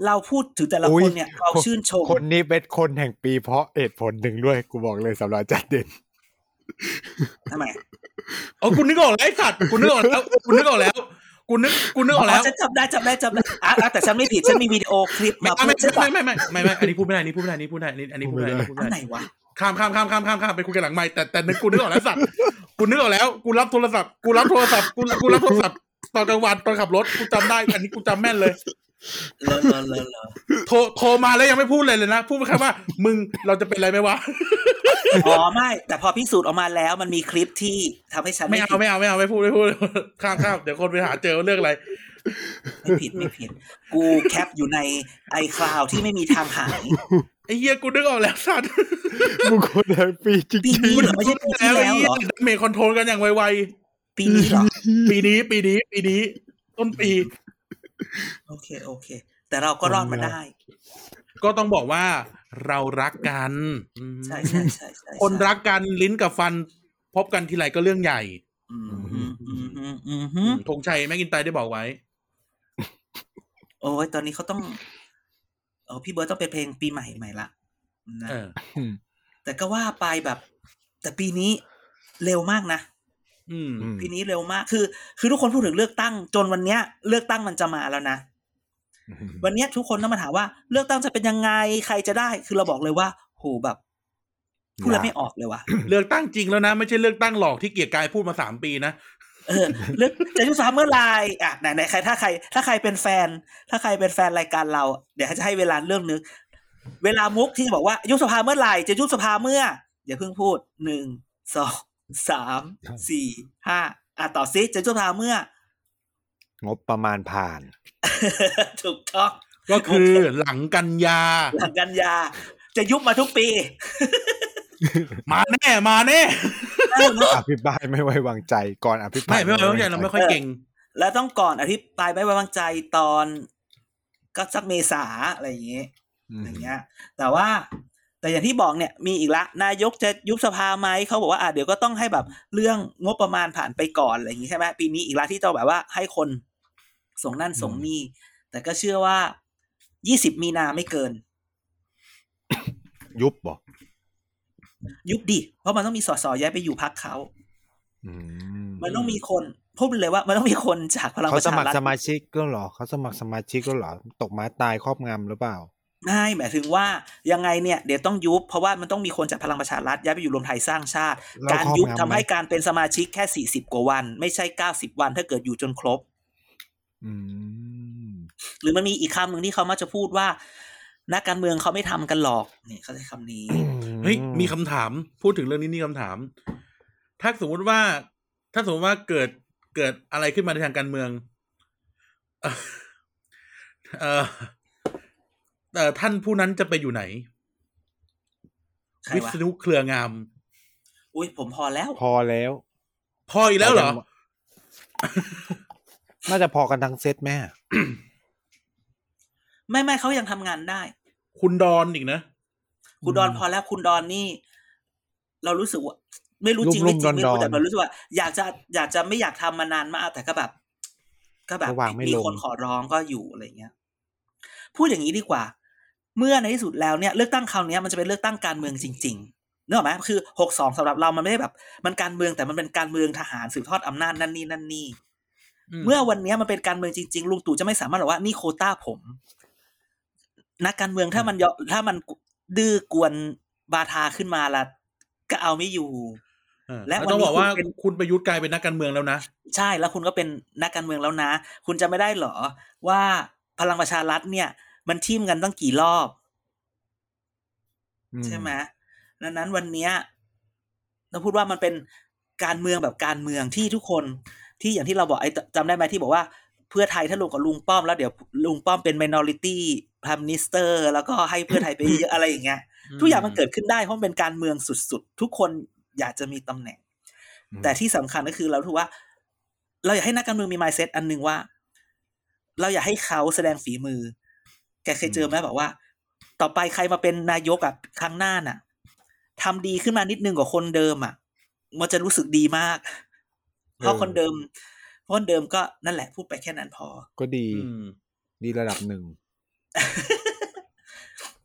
S3: เราพูดถึงแต่ละคนเนี่ย เราชื่นชม
S2: คนนี้เป็นคนแห่งปีเพราะเอตุผลหนึ่งด้วย กูบอกเลยสำหรับอาจัดเด่น
S3: ทำไม
S1: โอ้คุณนึกออกแล้วไอ้สัตว์คุณนึกออกแล้วคุณนึกออกแล้วคุณนึกคุณนึกออกแล้ว
S3: อ๋อฉันจำได้จำได้จำได้อ่ะอ่ะแต่ฉันไม่ผิดฉันมีวิดีโอคลิป
S1: ไม่
S3: มาพู
S1: ไม่
S3: ดฉันบอก
S1: ไม่ไม่ไม่ไม่ไม่อันนี้พูดไม่ได้อันนี้พูดไม่ได้อันนี้พูดไม่ได้อันนี้พูดไม่ได้อันนี้พูด
S3: อั
S1: ไม่
S3: นไหน
S1: ได้
S3: วะ
S1: ข้ามข้ามข้ามข้ามข้ามข้ามไปคุยกันหลังไม่แต่แต่นึกกูนึกออกแล้วสัตว์กูนึกออกแล้วกูรับโทรศัพท์กูรับโทรศัพท์กูกูรับโทรศัพท์ตอนกลางวันตอนขับรถกูจำได้อันนี้กูจำแม่นเลย
S3: เลอะเลอะเลอะเลอะ
S1: โทรโทรมาแล้วยังไม่พูดเลยเลยนะพูดแค่ว่ามึงเราจะเป็นอะไรไหมวะ
S3: อ๋อไม่ แต่พอพิสูจน์ออกมาแล้วมันมีคลิปที่ทำให้ฉัน
S1: ไม่
S3: ไม่ผิ
S1: เอา
S3: ด
S1: ไม่เอาไม่เอาไม่พูดไม่พูดข้ามข้ามเดี๋ยวคนไปหาเจอว่าเรื่องอะไร
S3: ไม่ผิดไม่ผิด กูแคปอยู่ในไอคลาวที่ไม่มีทางหาย
S1: ไอ้เหี้ยกูนึกออกแล้วสัตว์
S2: มึงคนแห่งปีจริง
S3: ปีนี้เหรอไม่ใช่ปีที่
S1: แล้ว
S3: แล้
S1: ไอ้
S3: ว
S1: เหี้
S3: เห
S1: ย
S3: รอ
S1: เมย์คอนโทรลกันอย่างไว
S3: ปีนี้เหรอ
S1: ๆปีนี้ปีนี้ปีนี้ ต้นปี
S3: โอเคโอเค แต่เราก็รอดมาได้
S1: ก็ต้องบอกว่าเรารักกันอืม
S3: ใช่ใช่ใช่ใช่
S1: คนรักกันลิ้นกับฟัน พบกันทีไรก็เรื่องใหญ่
S3: อืมอืมอืมอืมอืมอืม
S1: ธงชัยแม่กินไตได้บอกไว้
S3: โอ้ยตอนนี้เขาต้องเออพี่เบิร์ตต้องเป็นเพลงปีใหม่ใหม่ละนะ
S1: เออ
S2: ๆอืม
S3: แต่ก็ว่าไปแบบ แต่ปีนี้เร็วมากนะ
S1: อืม
S2: อืม
S3: ปีนี้เร็วมาก คือ คือทุกคนพูดถึงเลือกตั้ง จนวันเนี้ย เลือกตั้งมันจะมาแล้วนะ วันเนี้ยทุกคนต้องมาถามว่าเลือกตั้งจะเป็นยังไง ใครจะได้ คือเราบอกเลยว่าโหแบบพูดแล้วไม่ออกเลยว่ะ
S1: เลือกตั้งจริงแล้วนะ ไม่ใช่เลือกตั้งหลอกที่เกียรติกายพูดมาสามปีนะ
S3: เออเลือกจะยุบสภาเมื่อไหรอ่ะไหนไหนใครถ้าใคร ถ้าใครเป็นแฟน ถ้าใครเป็นแฟนรายการเรา เดี๋ยวจะให้เวลาเรื่องนึก เวลามุกที่จะบอกว่ายุบสภาเมื่อไหร่จะยุบสภาเมื่ออย่าเพิ่งพูดหนึ่งสองสามสี่ห้าอ่ะต่อซิจะยุบสภาเมื่อ
S2: งบประมาณผ่าน
S3: ถูกต้อง
S1: ก็คือหลังกันยา
S3: หลังกันยา จะยุบมาทุกปี
S1: มาแน่มาแน่
S3: เออ
S2: อภิปรายไม่ไว้วางใจก่อนอภิปรา
S1: ไม่
S2: ย
S1: ไม่ไม่ไม่เราไม่ค่อยเก่ง
S3: แล้วต้องก่อนอภิปรายไม่ไว้วางใจตอนก็สักเมษาอะไรอย่างเงี้ย
S2: ม
S3: อย่างเงี้ยแต่ว่าแต่อย่างที่บอกเนี่ยมีอีกละ นายกจะยุบสภาไหมเขาบอกว่าอ่ะเดี๋ยวก็ต้องให้แบบเรื่องงบประมาณผ่านไปก่อนอะไรอย่างงี้ใช่ไหมปีนี้อีกละที่จะแบบว่าให้คนส่งนั่นส่งนี่แต่ก็เชื่อว่า 20 มีนาไม่เกิน
S2: ยุบบอก
S3: ยุบดิเพราะมันต้องมีสสย้ายไปอยู่พักเขามันต้องมีคนพูดเลยว่ามันต้องมีคนจากพลัง
S2: เขา
S3: ประ
S2: ส
S3: ชา
S2: มัคร
S3: รัฐ
S2: สมาชิกก็เหรอเขาสมัครสมาชิกก็เหรอตกม้าตายครอบงำหรือเปล่า
S3: ไม่หมายถึงว่ายังไงเนี่ยเดี๋ยวต้องยุบเพราะว่ามันต้องมีคนจากพลังประชารัฐย้ายไปอยู่รวมไทยสร้างชาติ
S2: แล้ว
S3: การ
S2: ครอบ
S3: ยุบ
S2: งำ
S3: ทำ
S2: ไหม
S3: ให้การเป็นสมาชิกแค่ 40 กว่าวัน ไม่ใช่ 90 วันถ้าเกิดอยู่จนครบ
S2: อืม
S3: หรือมันมีอีกคำหนึ่งที่เขามักจะพูดว่า นักการเมืองเขาไม่ทำกันหรอกนี่เขาใช้คำนี้
S1: เฮ้ยมีคำถามพูดถึงเรื่องนี้นี่คำถาม ถ้าสมมุติว่า ถ้าสมมติว่าเกิดเกิดอะไรขึ้นมาในทางการเมือง เอ่อเออเอ่อท่านผู้นั้นจะไปอยู่ไหน
S3: ใคร
S1: วิ
S3: วะ
S1: ษณุเครืองาม
S3: อุ้ยผมพอแล้ว
S2: พอแล้ว
S1: พออีกแล้วเหรอ
S2: น่าจะพอกันทั้งเซตแม่
S3: ไม่ไม่เขายังทำงานได้
S1: คุณดอนอีกนะ
S3: คุณดอนพอแล้วคุณดอนนี่ เรารู้สึกว่า ไม่รู้จริง
S2: รุ่
S3: ไม่
S2: ม
S3: จ
S2: ๆ
S3: ริงไม่
S2: ดอ
S3: รู้
S2: นๆ
S3: แต่เรารู้สึกว่า อยากจะอยากจะไม่อยากทำมานานมากแต่ก็แบบ ก็แบบ
S2: ก็วางไม่ลง
S3: คนขอร้องก็อยู่อะไรเงี้ย พูดอย่างนี้ดีกว่า เมื่อในที่สุดแล้วเนี่ยเลือกตั้งคราวเนี้ยมันจะเป็นเลือกตั้งการเมืองจริงๆเนกอะไหมคือหกสองสำหรับเรามันไม่ได้แบบ มันการเมืองแต่มันเป็นการเมืองทหารสืบทอดอำนาจนั่นนี่นั่นนี่ เมื่อวันเนี้ยมันเป็นการเมืองจริง ๆ ลุงตู่จะไม่สามารถบอกว่านี่โควต้าผมนักการเมืองถ้ามันยอถ้ามันดื้อกวนบาทาขึ้นมาละก็เอาไม่อยู่
S1: เออ
S3: และ
S1: แล้วต้อง
S3: วันนี้
S1: บอกว่า
S3: คุณเป็น
S1: คุณประยุทธ์กลายเป็นนักการเมืองแล้วนะ
S3: ใช่แล้วคุณก็เป็นนักการเมืองแล้วนะ คุณจะไม่ได้เหรอ ว่าพลังประชารัฐเนี่ย มันทิมกันตั้งกี่รอบ ใช่ไหมดังนั้นวันเนี้ยเราพูดว่ามันเป็นการเมืองแบบการเมืองที่ทุกคนที่อย่างที่เราบอกไอ้จำได้ไหมที่บอกว่าเพื่อไทยถ้าลงกับลุงป้อมแล้วเดี๋ยวลุงป้อมเป็น minority prime minister แล้วก็ให้เพื่อไทยไปเยอะอะไรอย่างเงี้ย ทุกอย่างมันเกิดขึ้นได้เพราะมันเป็นการเมืองสุดๆ ทุกคนอยากจะมีตำแหน่ง
S2: อืม
S3: แต่ที่สำคัญก็คือเราถือว่า เราอยากให้นักการเมืองมี mindset อันหนึ่งว่า เราอยากให้เขาแสดงฝีมือ แกเคยเจอไหมบอกว่า ต่อไปใครมาเป็นนายกอะครั้งหน้าน่ะทำดีขึ้นมานิดนึงกว่าคนเดิมอะมันจะรู้สึกดีมาก เพราะ
S2: เออ
S3: คนเดิมเพราะคนเดิมก็นั่นแหละพูดไปแค่นั้นพอ
S2: ก็ดี
S1: อืม
S2: ดีระดับหนึ่ง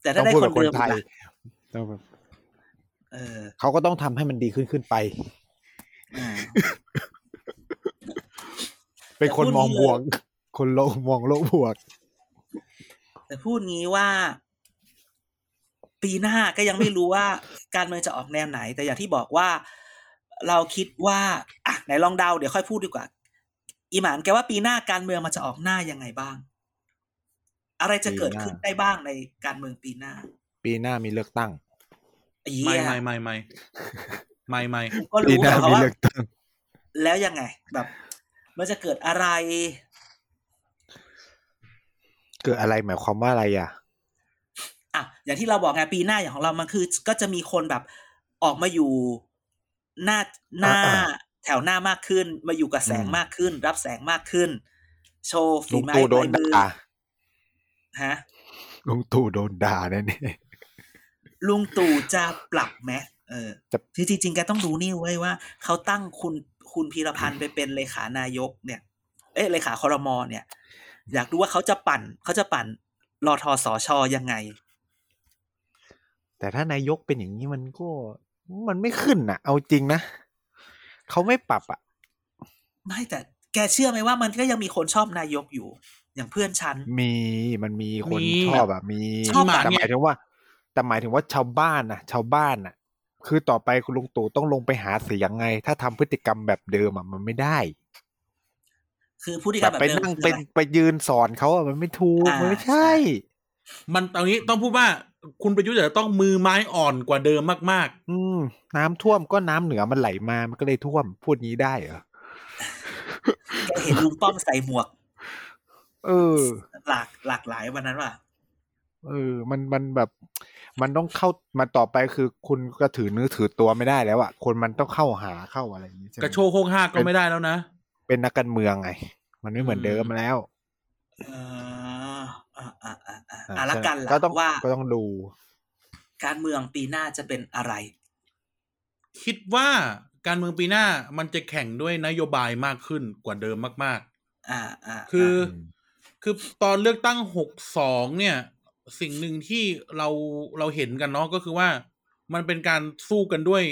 S3: แต่
S2: ต้
S3: ถ้า
S2: อง
S3: ได้
S2: พูด
S3: ค
S2: กับ
S3: น
S2: คน
S3: เดิม
S2: ไทย
S3: ล่ะ
S2: ต้องแบบ
S3: เออ
S2: เขาก็ต้องทำให้มันดีขึ้นขึ้นไป
S3: อืม
S2: เป็นคน
S3: แต่พูด
S2: มองบ
S3: นี้เลย
S2: วก คนโลก มองโลกบวก
S3: แต่พูดงี้ว่า ปีหน้าก็ยังไม่รู้ว่า การเมืองจะออกแนวไหน แต่อย่างที่บอกว่า เราคิดว่าอ่ะไหนลองเดาเดี๋ยวค่อยพูดดีกว่า อีหมานแกว่าปีหน้าการเมืองมันจะออกหน้ายังไงบ้าง อะไรจะเกิดขึ้น
S2: ปีหน้า
S3: ได้บ้างในการเมืองปีหน้า
S2: ปีหน้ามีเลือกตั้ง
S3: ไอ้เหี้
S1: ไม่
S3: ย
S1: ไม่ไม่ไม่ไม่ไม่
S3: ผมก็
S2: ปี
S3: รู้
S2: หน้า
S3: แต่
S2: มี
S3: ว่า
S2: เลือกตั้ง
S3: แล้วยังไง แบบ มันจะเกิดอะไร
S2: เกิดอะไรหมายความว่าอะไรอ่ะ
S3: อ่ะอย่างที่เราบอกไงปีหน้าอย่างของเรามันคือ ก็จะมีคนแบบออกมาอยู่หน้าหน้า
S2: อ่า
S3: แถวหน้ามากขึ้น มาอยู่กับแสง
S2: อืม
S3: มากขึ้น รับแสงมากขึ้น โชว์ฝี
S2: ลุง
S3: ไม้
S2: ตู่โด
S3: ลาน ยมือ
S2: ด่า
S3: ฮะ
S2: ลุงตู่โดนด่าแน่ๆ
S3: ลุงตู่จะปรับไหมเออ
S2: จะ
S3: จริงจริงๆแกต้องดูนี่ไว้ยว่าเขาตั้งคุณคุณพีรพันธ์ไปเป็นเลขานายกเนี่ย เอ๊ะเลขาคอรมอเนี่ย อยากดูว่าเขาจะปั่นเขาจะปั่นรอทอสอชอยังไง
S2: แต่ถ้านายกเป็นอย่างนี้มันก็มันไม่ขึ้นน่ะ เอาจริงนะเขาไม่ปรับอ่ะ
S3: ไม่แต่แกเชื่อไหมว่ามันก็ยังมีคนชอบนายกอยู่ อย่างเพื่อนฉัน
S2: มีมันมีคน
S1: มี
S2: ชอบอะมี
S3: ชอบ
S2: แต่
S1: หมาเนี่ย
S2: หมายถึงว่า แต่หมายถึงว่าชาวบ้านนะชาวบ้านน่ะ คือต่อไปคุณลุงตู่ต้องลงไปหาเสียงไง ถ้าทำพฤติกรรมแบบเดิมอะมันไม่ได้
S3: คือผู้ที่ก
S2: แบบ
S3: รแบบ
S2: ไป
S3: เดิม
S2: นั่ง
S3: คือ
S2: เป็น
S3: อะไร
S2: ไปยืนสอนเขาอะมันไม่ถูก
S3: อ่ามั
S2: มันไม่ใช่
S1: มันตอนนี้ต้องพูดว่าคุณประยุทธ์จะต้องมือไม้อ่อนกว่าเดิมมาก
S2: อืมน้ำท่วมก็น้ำเหนือมันไหลมามันก็เลยท่วมพูดงี้ได้เหรอ
S3: แกเห็นลุงป้อมใส่หมวก
S2: เออ
S3: หลากหลากหลายวันนั้นว่ะ
S2: เออ มัน มันแบบ มันต้องเข้า มันต่อไปคือคุณก็ถือเนื้อถือตัวไม่ได้แล้วอะคนมันต้องเข้าหาเข้าอะไรอย่างนี้ใช่
S1: ๆ
S2: ไหม
S1: กระโชกโคกห้ากก็ไม่ได้แล้วนะ
S2: เป็นนักการเมืองไง มันไม่เหมือนเดิมแล้ว
S3: เอ่ออ่าอ่าอ่าอ่า
S2: อ่า
S3: อ่ะละกันละ
S2: ก็ต้อง
S3: ว่า
S2: ก็ต้องดู
S3: การเมืองปีหน้าจะเป็นอะไร
S1: คิดว่าการเมืองปีหน้ามันจะแข่งด้วยนโยบายมากขึ้นกว่าเดิมมาก
S3: อ่าอ่า
S1: ๆ คืออ
S2: ม
S1: คือตอนเลือกตั้งหกสองเนี่ย สิ่งหนึ่งที่เราเราเห็นกันเนาะก็คือว่า มันเป็นการสู้กันด้วย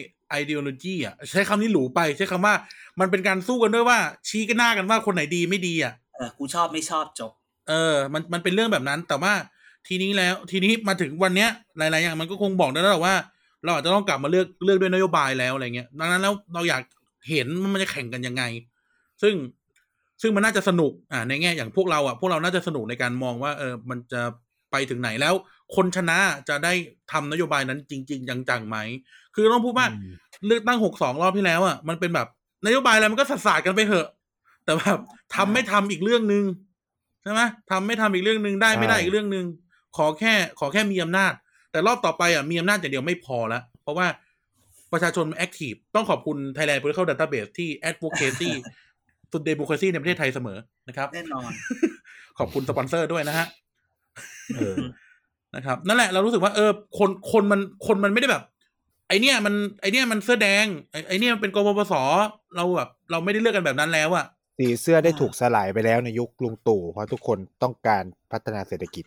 S1: i d e o l o g y อ่ะใช้คำนี้หรูไป ใช้คำว่า มันเป็นการสู้กันด้วยว่า ชี้กันหน้ากันว่าคนไหนดีไม่ดีอ่ะ
S3: เออกูชอบไม่ชอบจบ
S1: เออ มัน มันเป็นเรื่องแบบนั้น แต่ว่าทีนี้แล้ว ทีนี้มาถึงวันเนี้ย หลาย ๆ อย่างมันก็คงบอกได้แล้วแหละว่า เราอาจจะต้องกลับมาเลือก เลือกด้วยนโยบายแล้วอะไรเงี้ย ดังนั้นแล้วเราอยากเห็นว่ามันจะแข่งกันยังไง ซึ่ง ซึ่งมันน่าจะสนุก อ่า ในแง่อย่างพวกเราอ่ะ พวกเราน่าจะสนุกในการมองว่า เออ มันจะไปถึงไหนแล้ว คนชนะจะได้ทำนโยบายนั้นจริง ๆ จัง ๆ ไหม คือต้องพูดว่า
S2: อืม
S1: เลือกตั้งหกสองรอบที่แล้วอ่ะ มันเป็นแบบนโยบายอะไรมันก็สัดสาดกันไปเถอะ แต่แบบทำไม่ทำอีกเรื่องหนึ่งใช่ไหมทำไม่ทำอีกเรื่องหนึ่งได้ไม่ได้
S2: ใช่
S1: อีกเรื่องหนึ่งขอแค่ ขอแค่มีอำนาจ แต่รอบต่อไปอ่ะมีอำนาจอย่างเดียวไม่พอละเพราะว่าประชาชนแอคทีฟต้องขอบคุณ Thailand Political Database ที่ advocacy สุดเดบุคซีในประเทศไทยเสมอนะครับ
S3: แน่นอน
S1: ขอบคุณสปอนเซอร์ด้วยนะฮะ
S2: เออ
S1: นะครับนั่นแหละเรารู้สึกว่าเออคนคนมันคนมันไม่ได้แบบ ไอเนี่ยมันไอเนี่ยมันเสื้อแดงไอไอเนี่ยมันเป็นกบพศเราแบบเราไม่ได้เลือกกันแบบนั้นแล้วอะ
S2: สีเสื้อได้
S3: อ่า
S2: ถูกสลายไปแล้วในยุคลุงตู่ เพราะทุกคนต้องการพัฒนาเศรษฐกิจ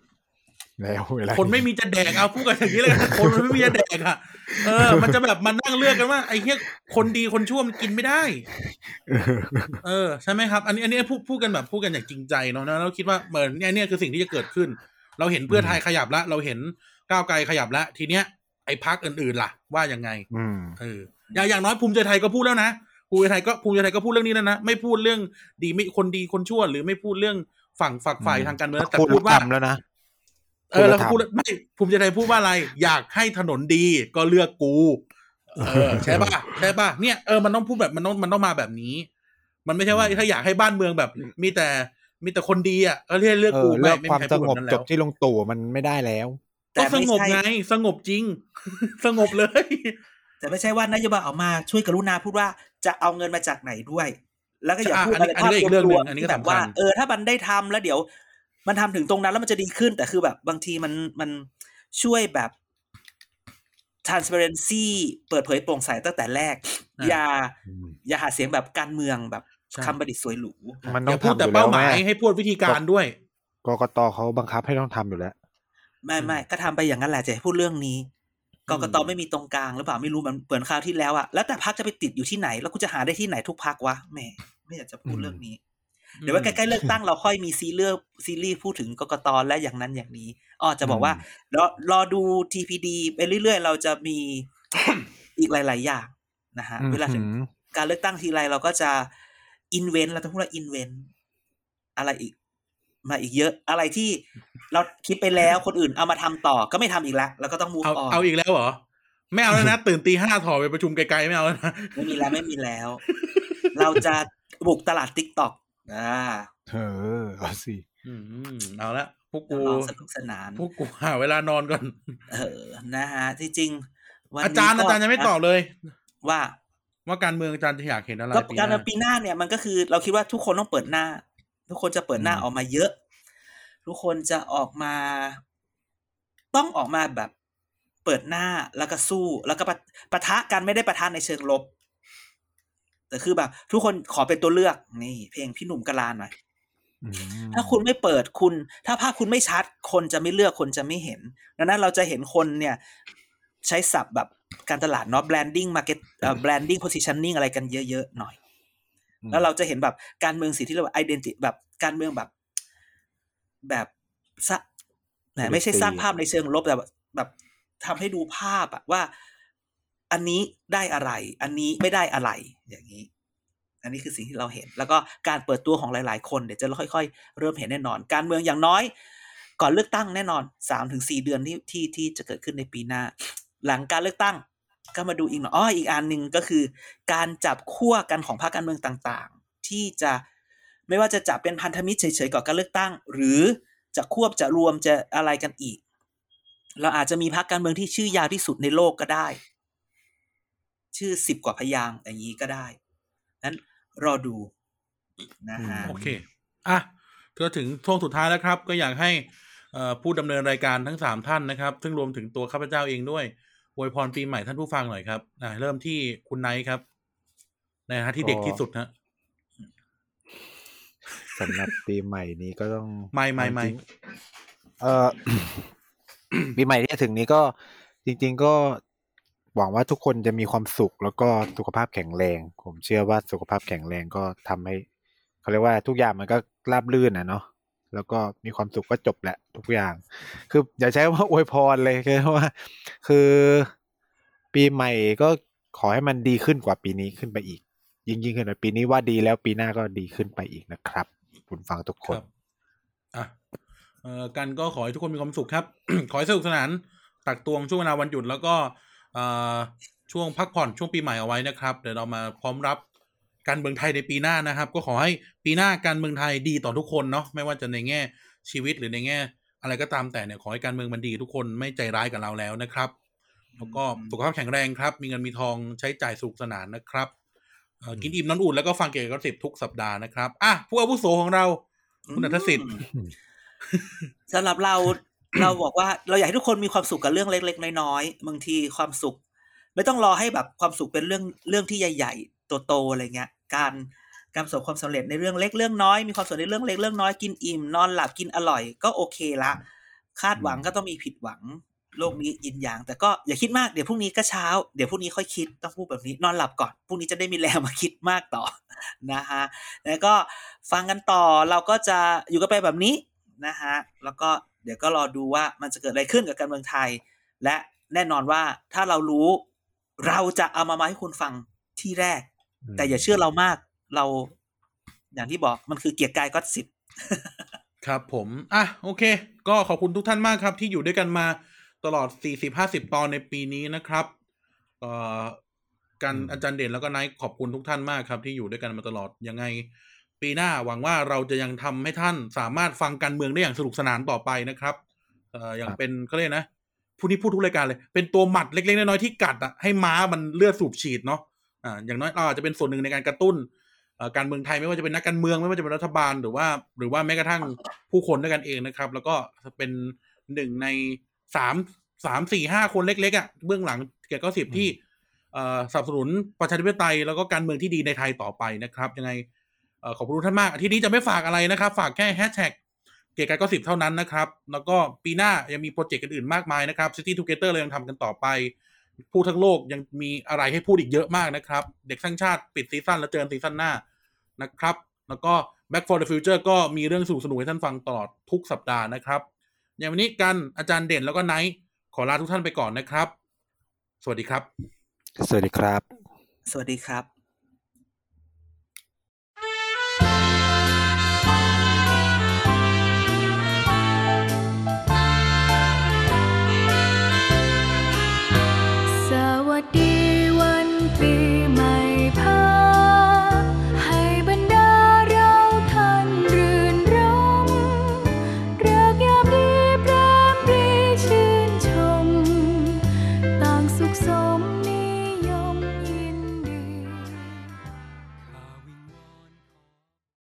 S2: แล้วเวลา
S1: คนไม่มีจะแดกเอาพูดกันอย่างนี้เลยนะคนมันไม่มีจะแดกอะเออ มันจะแบบมานั่งเลือกกันว่าไอเนี้ยคนดีคนชั่วมันกินไม่ได้ เออใช่ไหมครับ อันนี้อันนี้พูดพูดกันแบบพูดกันอย่างจริงใจเนาะแล้วเราคิดว่าเหมือนเนี่ยเนี่ยคือสิ่งที่จะเกิดขึ้น เราเห็นเพื่อไทยขยับละเราเห็นก้าวไกลขยับละทีเนี้ยไอพักอื่นๆล่ะ ว่ายังไง
S2: อืม
S1: เอออย่างอย่างน้อยภูมิใจไทยก็พูดแล้วนะภูมิใจไทยก็ภูมิใจไทยก็พูดเรื่องนี้แล้วนะไม่พูดเรื่องดีไม่คนดีคนชั่ว หรือไม่พูดเรื่องฝั่งฝักฝ่าย
S2: อืม
S1: ทางการเมืองแต่
S2: พูด
S1: พูดว่า
S2: ทำแล้วนะ
S1: เออแล้ว
S2: พู
S1: พู
S2: ด
S1: ด
S2: แล้วทำ
S1: ไม่ภูมิใจไทยพูดว่าอะไร อยากให้ถนนดีก็เลือกกูเอ อใช่ป่ะใช่ป่ะเนี่ยเออมันต้องพูดแบบมันต้องมันต้องมาแบบนี้ มันไม่ใช่ว่าถ้าอยากให้บ้านเมืองแบบ มีแต่มีแต่คนดีอ่ะก็เรียกเลือก
S2: เอ
S1: กู
S2: อ
S1: ไม่
S2: เลือก
S1: ไม่
S2: ค
S1: มี
S2: วาม
S1: ใคร
S2: ส
S1: พูด
S2: ง
S1: แบบ บนั้น
S2: จ
S1: แล้
S2: บ
S1: ว
S2: ที่ลุงตู่มันไม่ได้แล้ว
S1: ก็
S3: แต่
S1: ส
S3: ไม่
S1: งบ
S3: ใช่
S1: ไงสงบจริง สงบเลย
S3: แต่ไม่ใช่ว่านโยบายออกมาช่วยกรุณาพูดว่าจะเอาเงินมาจากไหนด้วย แล้วก็อย่า
S1: อ่ะ
S3: พูดอะไร
S1: อัน
S3: ภาพ
S1: นี้อันนี้ก็อีก
S3: ร
S1: เรื่องหนึ่
S3: ว
S1: ง
S3: ม
S1: อันนี้
S3: ๆ
S1: ก็
S3: ที่แบบ
S1: สำคัญ
S3: ว่าเออถ้ามันได้ทำแล้วเดี๋ยว มันทำถึงตรงนั้นแล้วมันจะดีขึ้น แต่คือแบบบางทีมันมันช่วยแบบ transparency เปิดเผยโปร่งใสตั้งแต่แรก
S1: อ่ะ
S3: อย่า อย่าหาเสียงแบบการเมืองแบบ
S1: ใช่
S3: คำประดิษฐ์สวยหรู
S2: มันต้อย่
S1: อาง พูด
S2: ทำอ
S1: แต่
S2: ยู่แล้
S1: เป้าว ห
S2: ไหม
S1: มายให้พูดวิธีการด้วย
S2: กกตเขาบังคับให้ต้องทำอยู่แล้ว
S3: ไม่
S1: อืม
S3: ไม่ก็ทำไปอย่างนั้นแหละจะให้พูดเรื่องนี้กกตไม่มีตรงกลางหรือเปล่าไม่รู้มันเปิดคราวที่แล้วอะแล้วแต่พักจะไปติดอยู่ที่ไหน แล้วกูจะหาได้ที่ไหนทุกพักวะแหมไม่อยากจะพูด
S2: อืม
S3: เรื่องนี้ เดี๋ยวว่าใกล้ๆเลือกตั้งเราค่อยมีซีเรียสซีรีส์พูดถึงกกตและอย่างนั้นอย่างนี้อ๋อจะบอกว่ารอรอดู TPD ไปเรื่อยๆ เราจะมี อีกหลาย ๆ อย่างนะฮะ
S2: อืม
S3: เวลาถึง
S2: อืม
S3: การเลือกตั้งทีไรเราก็จะอินเวนเราจะพูดว่าอินเวนอะไรอีก มาอีกเยอะ อะไรที่เราคิดไปแล้วคนอื่นเอามาทำต่อก็ไม่ทำอีกแล้วแล้วก็ต้องมูฟ
S1: เอา
S3: ออน
S1: เอาอีกแล้วเหรอ ไม่เอาแล้ว นะ ตื่นตีห้าถอไปประชุมไกลๆไม่เอาแล้วนะ
S3: ไม่มีแล้วไม่มีแล้ว เราจะบุกตลาดติ๊กต็อกอ่า
S2: เออเอาสิ
S1: อืม เอาละพวกกู
S3: ลองสนุกสนาน
S1: พวกกูหาเวลานอนก่อน
S3: เออ นะฮะ ที่จริงวันนี้
S1: อาจารย์
S3: ก็
S1: อาจารย์ยังไม่ตอบเลย
S3: ว่า
S1: ว่าการเมืองอาจารย์จะอยากเห็นอะไร
S3: ก็
S1: ปีห
S3: การ
S1: น้า
S3: ปีหน้าเนี่ยมันก็คือ เราคิดว่าทุกคนต้องเปิดหน้า ทุกคนจะเปิดหน้าออกมาเยอะ ทุกคนจะออกมา ต้องออกมาแบบ เปิดหน้าแล้วก็สู้ แล้วก็ปะปะทะกันไม่ได้ปะทะในเชิงลบ แต่คือแบบ ทุกคนขอเป็นตัวเลือกนี่ เพลงพี่หนุ่มกะลาหน่อย
S2: อืม
S3: ถ้าคุณไม่เปิดคุณ ถ้าภาพคุณไม่ชัด คนจะไม่เลือกคนจะไม่เห็นดังนั้นเราจะเห็นคนเนี่ย ใช้ศัพท์แบบการตลาดเนาะ branding market เอ่อ branding positioning อะไรกันเยอะ ๆ หน่อย
S2: อืม
S3: แล้วเราจะเห็นแบบการเมืองสิที่เรียกว่าไอดีนิแบบการเมืองแบบ แบบสะแหมไม่ใช่สร้างภาพในเชิงลบแต่แบบแบบทำให้ดูภาพอะว่า อันนี้ได้อะไร อันนี้ไม่ได้อะไรอย่างนี้ อันนี้คือสิ่งที่เราเห็น แล้วก็การเปิดตัวของหลาย ๆ คนเดี๋ยวจะค่อย ๆ เริ่มเห็นแน่นอน การเมืองอย่างน้อย ก่อนเลือกตั้งแน่นอนสามถึงสี่เดือนที่ที่ที่จะเกิดขึ้นในปีหน้า หลังการเลือกตั้ง ก็มาดูอีกหน่อยอ้ออีกอันหนึ่งก็คือ การจับขั้วกันของพรรคการเมืองต่างๆ ที่จะไม่ว่าจะจับเป็นพันธมิตรเฉยๆก่อนการเลือกตั้ง หรือจะควบจะรวมจะอะไรกันอีก เราอาจจะมีพรรคการเมืองที่ชื่อยาวที่สุดในโลกก็ได้ ชื่อสิบกว่าพยางค์อย่างนี้ก็ได้นั้นรอดูนะฮะ
S1: โอเค อ่ะ ก็ถึงช่วงสุดท้ายแล้วครับ ก็อยากให้เอ่อผู้ดำเนินรายการทั้งสามท่านนะครับ ซึ่งรวมถึงตัวข้าพเจ้าเองด้วยอวยพรปีใหม่ท่านผู้ฟังหน่อยครับอ่ะเริ่มที่คุณไนท์ครับ ในะฮะที่เด็กที่สุดฮะ
S2: สำหรับปีใหม่นี้ก็ต้อง
S1: ไม่ไม่ไม่
S2: จริงๆเอ่ อ ปีใหม่ที่จะถึงนี้ก็จริง ๆ ก็หวังว่าทุกคนจะมีความสุข แล้วก็สุขภาพแข็งแรง ผมเชื่อว่าสุขภาพแข็งแรงก็ทำให้เขาเรียกว่าทุกอย่างมันก็ราบรื่นนะเนาะแล้วก็มีความสุขก็จบแหละทุกอย่าง คือ อย่าใช้คำว่าอวยพรเลยแค่ว่า คือปีใหม่ก็ขอให้มันดีขึ้นกว่าปีนี้ขึ้นไปอีก ยิ่งยิ่งขึ้นไปปีนี้ว่าดีแล้วปีหน้าก็ดีขึ้นไปอีกนะครับ คุณฟังทุกคน
S1: ครับ อ่ะ เอ่อกันก็ขอให้ทุกคนมีความสุขครับ ขอให้สนุกสนาน ตักตวงช่วงเวลาวันหยุดแล้วก็เอ่อช่วงพักผ่อนช่วงปีใหม่เอาไว้นะครับ เดี๋ยวเรามาพร้อมรับการเมืองไทยในปีหน้านะครับ ก็ขอให้ปีหน้าการเมืองไทยดีต่อทุกคนเนาะไม่ว่าจะในแง่ชีวิตหรือในแง่ อะไรก็ตามแต่เนี่ยขอให้การเมืองมันดี ทุกคนไม่ใจร้ายกับเราแล้วนะครับ แล้วก็สุขภาพแข็งแรงครับ มีเงินมีทองใช้จ่ายสนุขสนานนะครับเอ่อกินอิ่มนอนอุ่นแล้วก็ฟังเกียรติกบสิบทุกสัปดาห์นะครับอ่ะผู้อาวุโสของเรา คุณอัธสิทธิ์
S3: อืม สำหรับเรา เราบอกว่าเราอยากให้ทุกคนมีความสุขกับเรื่องเล็ก ๆ น้อยๆบางทีความสุข ไม่ต้องรอให้แบบความสุขเป็นเรื่องเรื่องที่ใหญ่ๆโตๆอะไรเงี้ย การการประสบความสำเร็จในเรื่องเล็กเรื่องน้อยมีความสุขในเรื่องเล็กเรื่องน้อยกินอิ่มนอนหลับกินอร่อย ก็โอเคละ คาดหวังก็ต้องมีผิดหวัง โลกนี้ยินอย่าง แต่ก็อย่าคิดมากเดี๋ยวพรุ่งนี้ก็เช้าเดี๋ยวพรุ่งนี้ค่อยคิดต้องพูดแบบนี้ นอนหลับก่อนพรุ่งนี้จะได้มีแรงมาคิดมากต่อ นะฮะ แล้วก็ฟังกันต่อเราก็จะอยู่กันไปแบบนี้นะฮะ แล้วก็เดี๋ยวก็รอดูว่ามันจะเกิดอะไรขึ้นกับการเมืองไทย และแน่นอนว่าถ้าเรารู้เราจะเอามามาให้คุณฟังที่แรก แต่อย่าเชื่อเรามากเรา อย่างที่บอกมันคือเกียร์กายก็สิบ
S1: ครับผมอ่ะโอเค ก็ขอบคุณทุกท่านมากครับ ที่อยู่ด้วยกันมาตลอด 40-50 ตอนในปีนี้นะครับเอ่อกัน
S2: อืม
S1: อาจารย์เด่นแล้วก็ไนท์ขอบคุณทุกท่านมากครับ ที่อยู่ด้วยกันมาตลอดยังไง ปีหน้าหวังว่าเราจะยังทำให้ท่านสามารถฟังการเมืองได้อย่างสนุกสนานต่อไปนะครับเอ่ออย่างเป็นเขาเรียกนะผู้นี้พูดทุกรายการเลย เป็นตัวหมัดเล็กๆน้อยๆที่กัดอะให้ม้ามันเลือดสูบฉีดเนาะอ่าอย่างน้อยเราอาจจะเป็นส่วนหนึ่งในการกระตุ้น เอ่อการเมืองไทยไม่ว่าจะเป็นนักการเมืองไม่ว่าจะเป็นรัฐบาลหรือว่า หรือว่าแม้กระทั่งผู้คนด้วยกันเองนะครับ แล้วก็เป็นหนึ่งในสามสามสี่ห้าคนเล็กๆอ่ะเบื้องหลังเกียรติเก้าสิบที่เอ่อสนับสนุนประชาธิปไตยแล้วก็การเมืองที่ดีในไทยต่อไปนะครับ ยังไงเอ่อขอบคุณทุกท่านมากอาที่นี้จะไม่ฝากอะไรนะครับ ฝากแค่แฮชแท็กเกียรติกายเก้าสิบเท่านั้นนะครับ แล้วก็ปีหน้ายังมีโปรเจกต์อื่นๆมากมายนะครับ City Together เรายังทำกันต่อไป พูดทั้งโลกยังมีอะไรให้พูดอีกเยอะมากนะครับ เด็กสร้างชาติปิดซีซั่นแล้วเจอกันซีซั่นหน้านะครับ แล้วก็ Back for the Future ก็มีเรื่องสนุกสนุกๆให้ท่านฟังตลอดทุกสัปดาห์นะครับ อย่างวันนี้กันอาจารย์เด่นแล้วก็ไนท์ขอลาทุกท่านไปก่อนนะครับ สวัสดีครับ
S2: สวัสดีครับ
S3: สวัสดีครับ